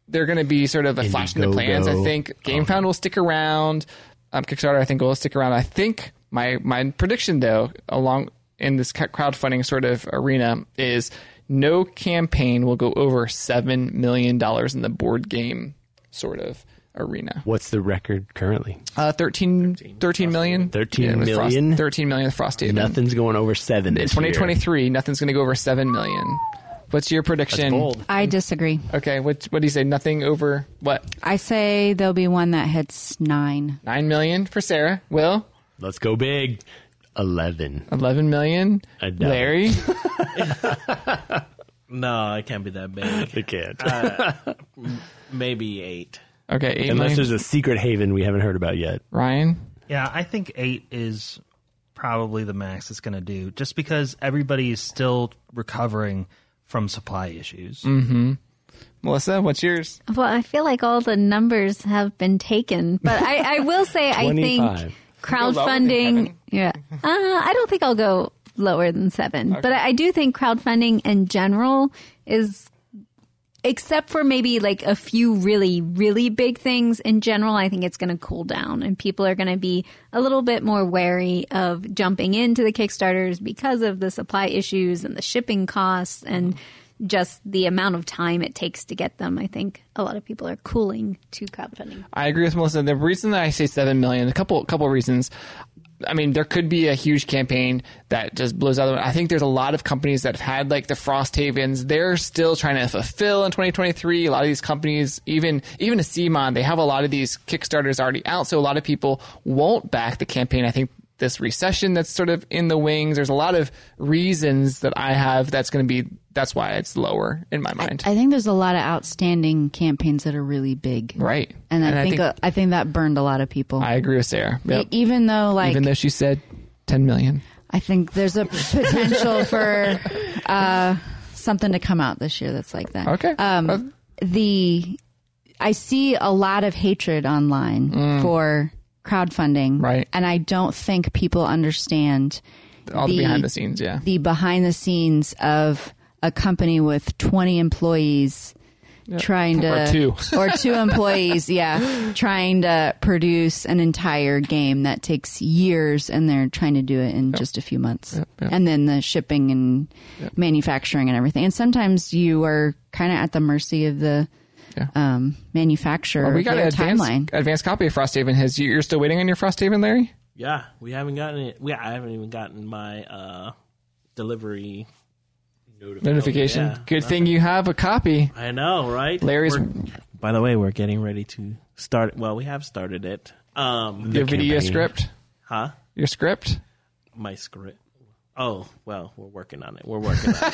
they're going to be sort of a flash in the plans. I Indiegogo. think GameFound will stick around. Um, Kickstarter, I think, will stick around. I think my my prediction, though, along in this cu- crowdfunding sort of arena, is no campaign will go over seven million dollars in the board game sort of arena. What's the record currently? Uh, 13, 13 million. 13 with Frost- million? Thirteen million. with Frosty. Nothing's going over seven. In this Mm. twenty year. twenty three, nothing's going to go over seven million. What's your prediction? Bold. I disagree. Okay, what what do you say? Nothing over what I say there'll be one that hits nine. nine million for Sarah? Will Let's go big. Eleven. 11 million. I doubt Larry, No, it can't be that big. They can't. Maybe eight. okay, eight Unless million. there's a secret haven we haven't heard about yet. Ryan, yeah, I think eight is probably the max it's going to do, just because everybody is still recovering from supply issues. Mm-hmm. Melissa, what's yours? Well, I feel like all the numbers have been taken, but I, I will say I think 25. crowdfunding. Kevin. Yeah, uh, I don't think I'll go lower than seven, but I, I do think crowdfunding in general is, except for maybe like a few really really big things in general, I think it's going to cool down and people are going to be a little bit more wary of jumping into the kickstarters because of the supply issues and the shipping costs and just the amount of time it takes to get them. I think a lot of people are cooling to crowdfunding. I agree with Melissa. The reason that I say 7 million, a couple couple reasons. I mean, there could be a huge campaign that just blows out. the I think there's a lot of companies that have had like the Frost Havens. They're still trying to fulfill in 2023. A lot of these companies, even even a CMON, they have a lot of these Kickstarters already out. So a lot of people won't back the campaign. I think this recession that's sort of in the wings. There's a lot of reasons that I have that's going to be. That's why it's lower in my mind. I think there's a lot of outstanding campaigns that are really big, right. And, I, think, uh, I think that burned a lot of people. E-, I agree with Sarah. Yep. Even though, like, even though she said 10 million. I think there's a potential for uh, something to come out this year that's like that. Okay. Uh, Um, the I see a lot of hatred online for crowdfunding, Mm. Right. And I don't think people understand All the, behind the scenes, yeah. the behind the scenes of a company with 20 employees trying to Or two. or two employees, yeah, trying to produce an entire game that takes years, and they're trying to do it in just a few months, and then the shipping and manufacturing and everything. And sometimes you are kind of at the mercy of the Yeah. um, manufacturer. Oh, we of got an their advanced, timeline. advanced copy of Frosthaven. Has you, you're still waiting on your Frosthaven, Larry? Yeah, we haven't gotten it. Yeah, I haven't even gotten my uh, delivery. Notification. yeah. Good thing you have a copy. I know, right? Larry's We're- by the way, we're getting ready to start. Well, we have started it. Um, your video campaign. script. huh? Your script. My script. Oh, well, we're working on it. We're working on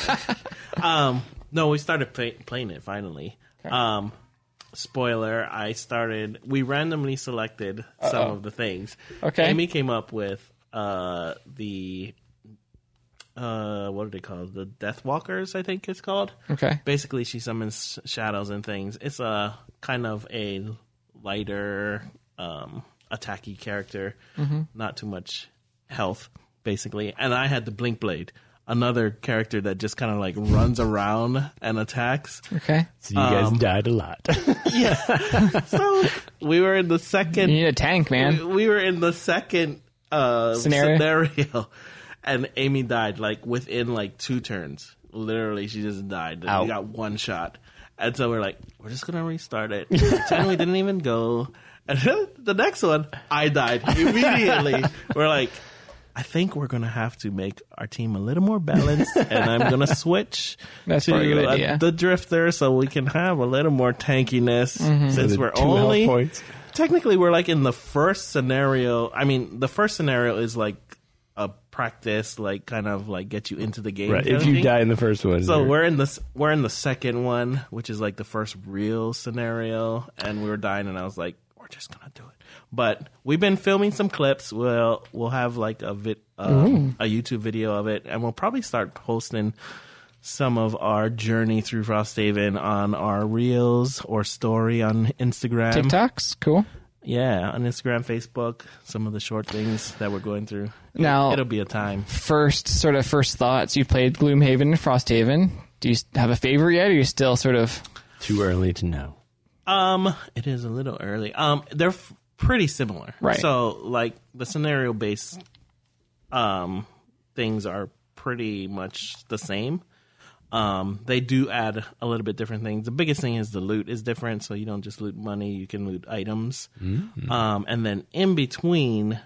it. Um, no, we started play- playing it finally. Um, spoiler: I started. We randomly selected some of the things. Okay. Amy came up with uh the uh what are they called? The Death Walkers, I think it's called. Okay. Basically, she summons sh- shadows and things. It's a kind of a lighter, um, attacky character, not too much health, basically. And I had the Blink Blade, another character that just kind of like runs around and attacks. Okay. So you Um, guys died a lot. So we were in the You second. need a tank, man. We were in the second uh, Scenario? scenario, and Amy died like within like two turns. Literally, she just died. Ow. We got one shot, and so we're like, we're just gonna restart it. Pretend we didn't even go. And then the next one, I died immediately. we're like, I think we're gonna have to make our team a little more balanced, and I'm gonna switch That's to probably a good uh, idea. the drifter, so we can have a little more tankiness Mm-hmm. since The we're two health only points. technically we're like in the first scenario i mean the first scenario is like a practice like kind of like get you into the game Right. kind If of you thing. die in the first one, so you're- we're in this we're in the second one which is like the first real scenario and we were dying and i was like we're just gonna do it but we've been filming some clips we'll we'll have like a vid um, a youtube video of it and we'll probably start posting some of our journey through Frosthaven on our reels or story on Instagram. TikToks. Cool. Yeah, on Instagram, Facebook, some of the short things that we're going through. Now- it'll be a time. First, sort of first thoughts. You've played Gloomhaven and Frosthaven. Do you have a favorite yet, or you still sort of? too early to know. Um, it is a little early. Um, they're f- pretty similar, Right. So, like the scenario based, um, things are pretty much the same. Um, they do add a little bit different things. The biggest thing is the loot is different, so you don't just loot money; you can loot items. Um, and then in between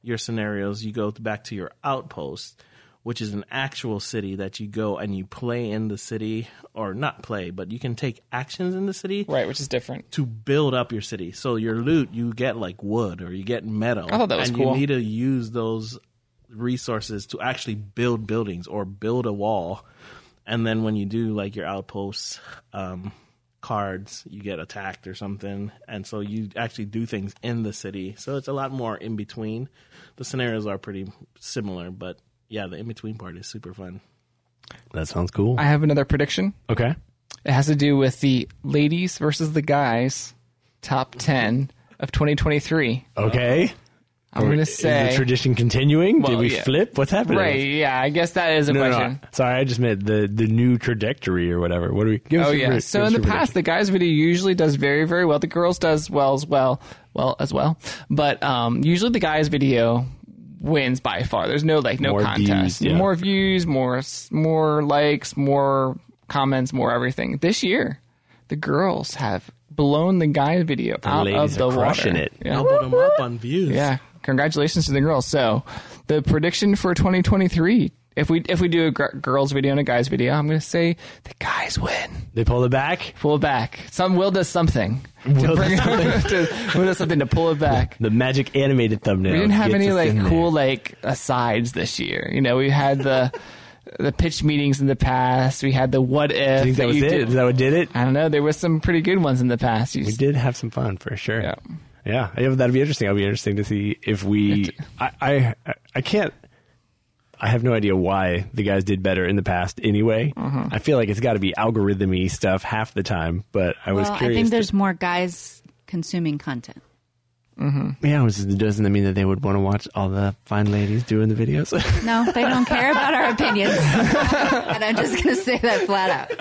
your scenarios, you go back to your outpost, which is an actual city that you go and you play in the city, or not play, but you can take actions in the city Right, which is different. to build up your city. So your loot, you get like wood or you get metal. I thought Oh, that was and cool. you need to use those resources to actually build buildings or build a wall. And then when you do like your outposts um, cards, you get attacked or something. And so you actually do things in the city. So it's a lot more in between. The scenarios are pretty similar, but yeah, the in between part is super fun. That sounds cool. I have another prediction. okay. It has to do with the ladies versus the guys top 10 of 2023. Okay. Oh, I'm going to Is say. the tradition continuing? Did Well, we yeah. flip? What's happening? right, yeah, I guess that is a No, no, question. no. Sorry, I just meant the the new trajectory or whatever. What do we? Give us Oh your yeah. predict- so give us in the your past, the guys' video usually does very, very well. The girls does well as well, well as well. But um, usually the guys' video wins by far. There's no like no More contest. views, yeah. More views, more s- more likes, more comments, more everything. This year, the girls have blown the guys' video out of ladies the are crushing water. it. Yeah. Double them up on views. Yeah, congratulations to the girls. So, the prediction for 2023, if we if we do a gr- girls video and a guys video, I'm going to say the guys win. prediction. They pull it back. Pull it back. Some will does something. to Will bring does to, will does something to pull it back. The magic animated thumbnail. We didn't have gets any us like in there. cool like asides this year. You know, we had the the pitch meetings in the past. We had the what if. I think that was you it. did- Is that what did it? I don't know. There was some pretty good ones in the past. You We did have some fun for sure. Yeah. Yeah, yeah that'd be interesting. It'd be interesting to see if we. I, I I can't. I have no idea why the guys did better in the past. Anyway, Mm-hmm. I feel like it's got to be algorithmy stuff half the time. But I was well, I curious. think to- there's more guys consuming content. Yeah, which doesn't that mean that they would want to watch all the fine ladies doing the videos. No, they don't care about our opinions. and I'm just going to say that flat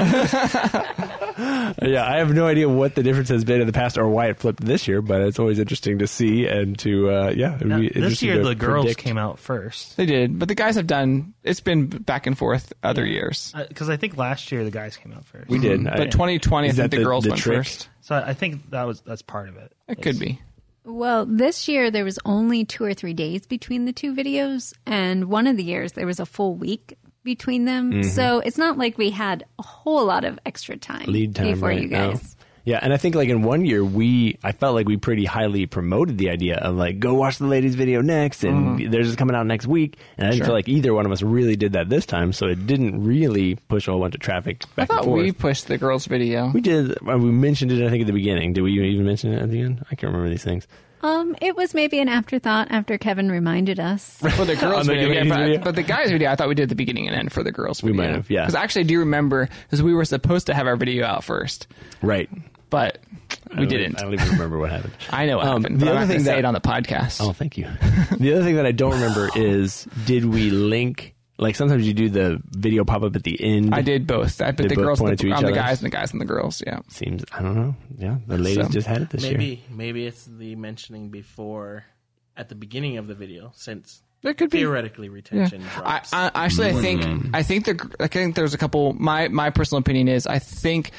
out. yeah, I have no idea what the difference has been in the past or why it flipped this year, but it's always interesting to see and to uh, yeah. it'd be Now, this interesting year to the girls predict. came out first They did, but the guys have done. It's been back and forth other years, because Uh, I think last year the guys came out first. We did, I- Hmm. but 2020, I Is think that the, girls went trick? first. So I I think that was that's part of it. It could be. Well, this year there was only two or three days between the two videos, and one of the years there was a full week between them. Mm-hmm. So it's not like we had a whole lot of extra time lead time before right you now. guys. Yeah, and I think like in one year we I felt like we pretty highly promoted the idea of like go watch the ladies video next and Mm-hmm. they're just coming out next week and I didn't feel like either one of us really did that this time so it didn't really push a whole bunch of traffic I back and thought forth. we pushed the girls' video. we did well, we mentioned it I think at the beginning. Did we even mention it at the end? I can't remember these things. Um, it was maybe an afterthought after Kevin reminded us. For the girls' the video, yeah, ladies' but, video? but the guys' video, I thought we did the beginning and end for the girls' video. might have, yeah. Because actually, I do remember because we were supposed to have our video out first, Right. but I don't- we e- didn't. I don't even remember what happened. I know what Um, happened. the but I'm other not gonna thing say that- it on the podcast. Oh, thank you. the other thing that I don't remember is did we link like sometimes you do the video pop up at the end. I did both. I put They the both girls on pointed to the, each on the other? guys and the guys and the girls. Yeah. Seems I don't know. Yeah, the ladies So- just had it this year. Maybe maybe it's the mentioning before at the beginning of the video since That could be. theoretically retention Hmm. I, drops. I actually I think Mm. I think the I think there's a couple my my personal opinion is I think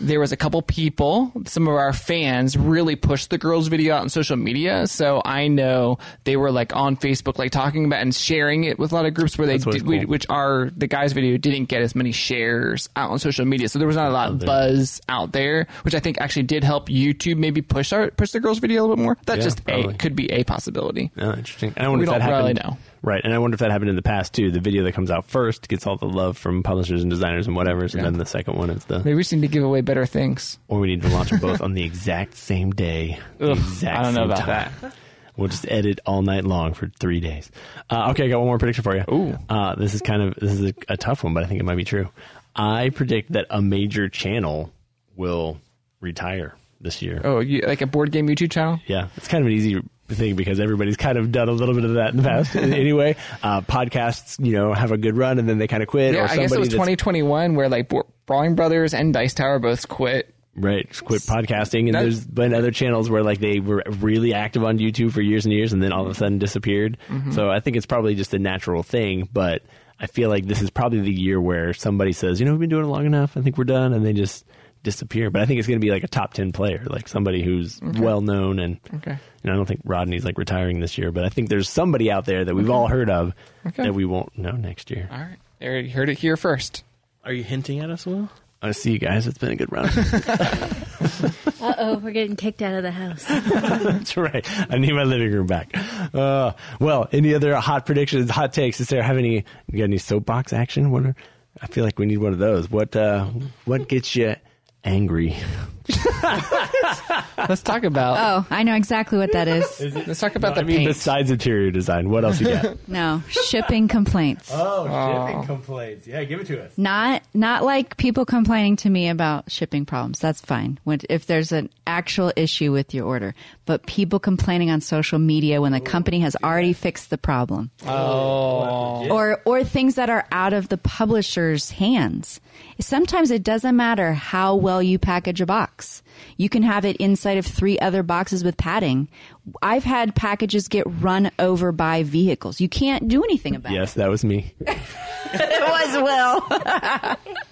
there was a couple people some of our fans really pushed the girls video out on social media so I know they were like on Facebook like talking about and sharing it with a lot of groups where they always did, we, cool. which are the guys video didn't get as many shares out on social media so there was not a lot of buzz out there which I think actually did help YouTube maybe push our push the girls video a little bit more that Yeah, just probably. a could be a possibility Oh, interesting. And I wonder We if that don't really happened. know. Right, and I wonder if that happened in the past too. The video that comes out first gets all the love from publishers and designers and whatever, and Yeah. then the second one is the. maybe we just need to give away better things. Or we need to launch them both on the exact same day. the Ugh, exact I don't know same about time. that. We'll just edit all night long for three days. Uh, okay, I got one more prediction for you. Ooh. Uh, this is kind of this is a, a tough one, but I think it might be true. I predict that a major channel will retire this year. Oh, you, like a board game YouTube channel? Yeah, it's kind of an easy thing because everybody's kind of done a little bit of that in the past. anyway, uh, podcasts, you know, have a good run and then they kind of quit. Yeah, or I somebody guess it was that's- 2021 where like Bra- Brawling Brothers and Dice Tower both quit. right just quit podcasting. And That- there's been other channels where like they were really active on YouTube for years and years and then all of a sudden disappeared. Mm-hmm. So I think it's probably just a natural thing, but. I feel like this is probably the year where somebody says, you know, we've been doing it long enough. I think we're done. And they just disappear. But I think it's going to be like a top 10 player, like somebody who's well known and Okay. And I don't think Rodney's like retiring this year, but I think there's somebody out there that we've all heard of Okay. Uh, that we won't know next year. All right, there you heard it here first. Are you hinting at us, Will? I see you guys. It's been a good run. Uh oh, we're getting kicked out of the house. That's right. I need my living room back. Uh, well, any other hot predictions, hot takes? Is there have any? You got any soapbox action? What are, I feel like we need one of those. What uh, what gets you angry? Let's talk about. Oh, I know exactly what that is. Let's talk about I the mean, paint. besides interior design, what else you got? No, shipping complaints. oh, shipping complaints. Yeah, give it to us. Not not like people complaining to me about shipping problems. That's fine. When, if there's an actual issue with your order, but people complaining on social media when the company has already fixed the problem. oh, or or things that are out of the publisher's hands. Sometimes it doesn't matter how well you package a box. You can have it inside of three other boxes with padding. I've had packages get run over by vehicles. You can't do anything about Yes, that was me. it. It was Will.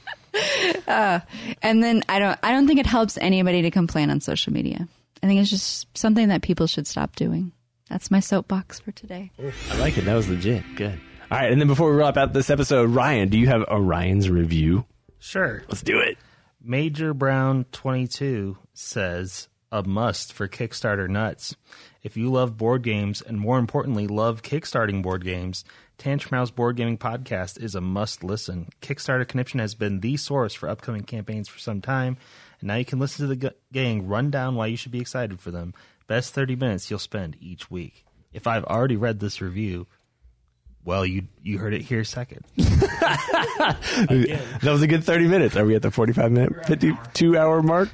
Uh, and then I don't I don't think it helps anybody to complain on social media. I think it's just something that people should stop doing. That's my soapbox for today. I like it. That was legit. Good. All right, and then before we wrap out this episode, Ryan, do you have Orion's review? Sure. Let's do it. Major Brown 22 says a must for Kickstarter nuts. If you love board games and more importantly love kickstarting board games, Tantramouth's Board Gaming Podcast is a must listen. Kickstarter Connection has been the source for upcoming campaigns for some time, and now you can listen to the g- gang run down why you should be excited for them. Best 30 minutes you'll spend each week. If I've already read this review, Well, you you heard it here second. that was a good 30 minutes. Are we at the 45 minute, 52 hour mark?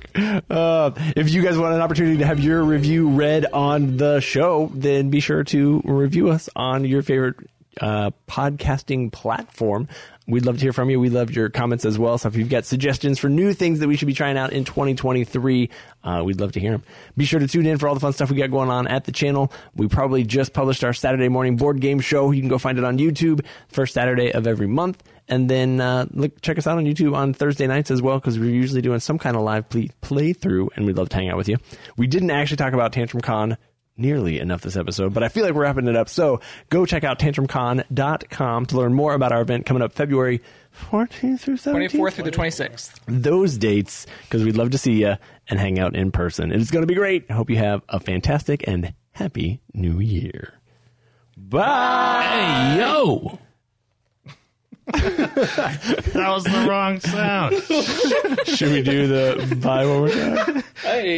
Uh, if you guys want an opportunity to have your review read on the show, then be sure to review us on your favorite uh, podcasting platform. We'd love to hear from you. We love your comments as well. So if you've got suggestions for new things that we should be trying out in 2023, uh, we'd love to hear them. Be sure to tune in for all the fun stuff we got going on at the channel. We probably just published our Saturday morning board game show. You can go find it on YouTube, first Saturday of every month. And then uh, look, check us out on YouTube on Thursday nights as well, because we're usually doing some kind of live play- playthrough, and we'd love to hang out with you. We didn't actually talk about Tantrum Con nearly enough this episode, but I feel like we're wrapping it up. So go check out tantrumcon.com to learn more about our event coming up February 14th through 17th. 24th through the 26th. Those dates, because we'd love to see you and hang out in person. It's going to be great. I hope you have a fantastic and happy new year. Bye. yo. That was the wrong sound. Should we do the bye one more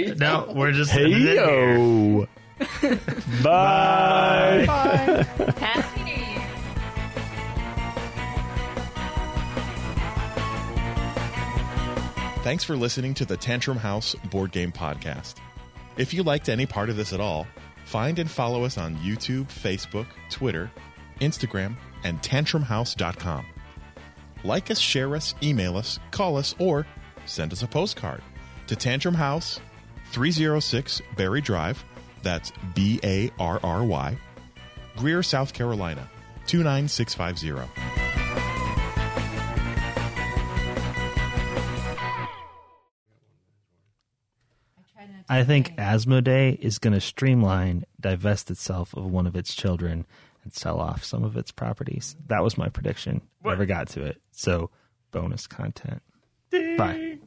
time? No, we're just Hey ending it here. yo. Bye. Happy New Year. Thanks for listening to the Tantrum House Board Game Podcast. If you liked any part of this at all, find and follow us on YouTube, Facebook, Twitter, Instagram, and tantrumhouse.com. Like us, share us, email us, call us, or send us a postcard to Tantrum House, 306 Barry Drive, that's B A R R Y, Greer, South Carolina, 29650. I think Asmodee is going to streamline, divest itself of one of its children, and sell off some of its properties. That was my prediction. Never got to it. So, bonus content. Bye.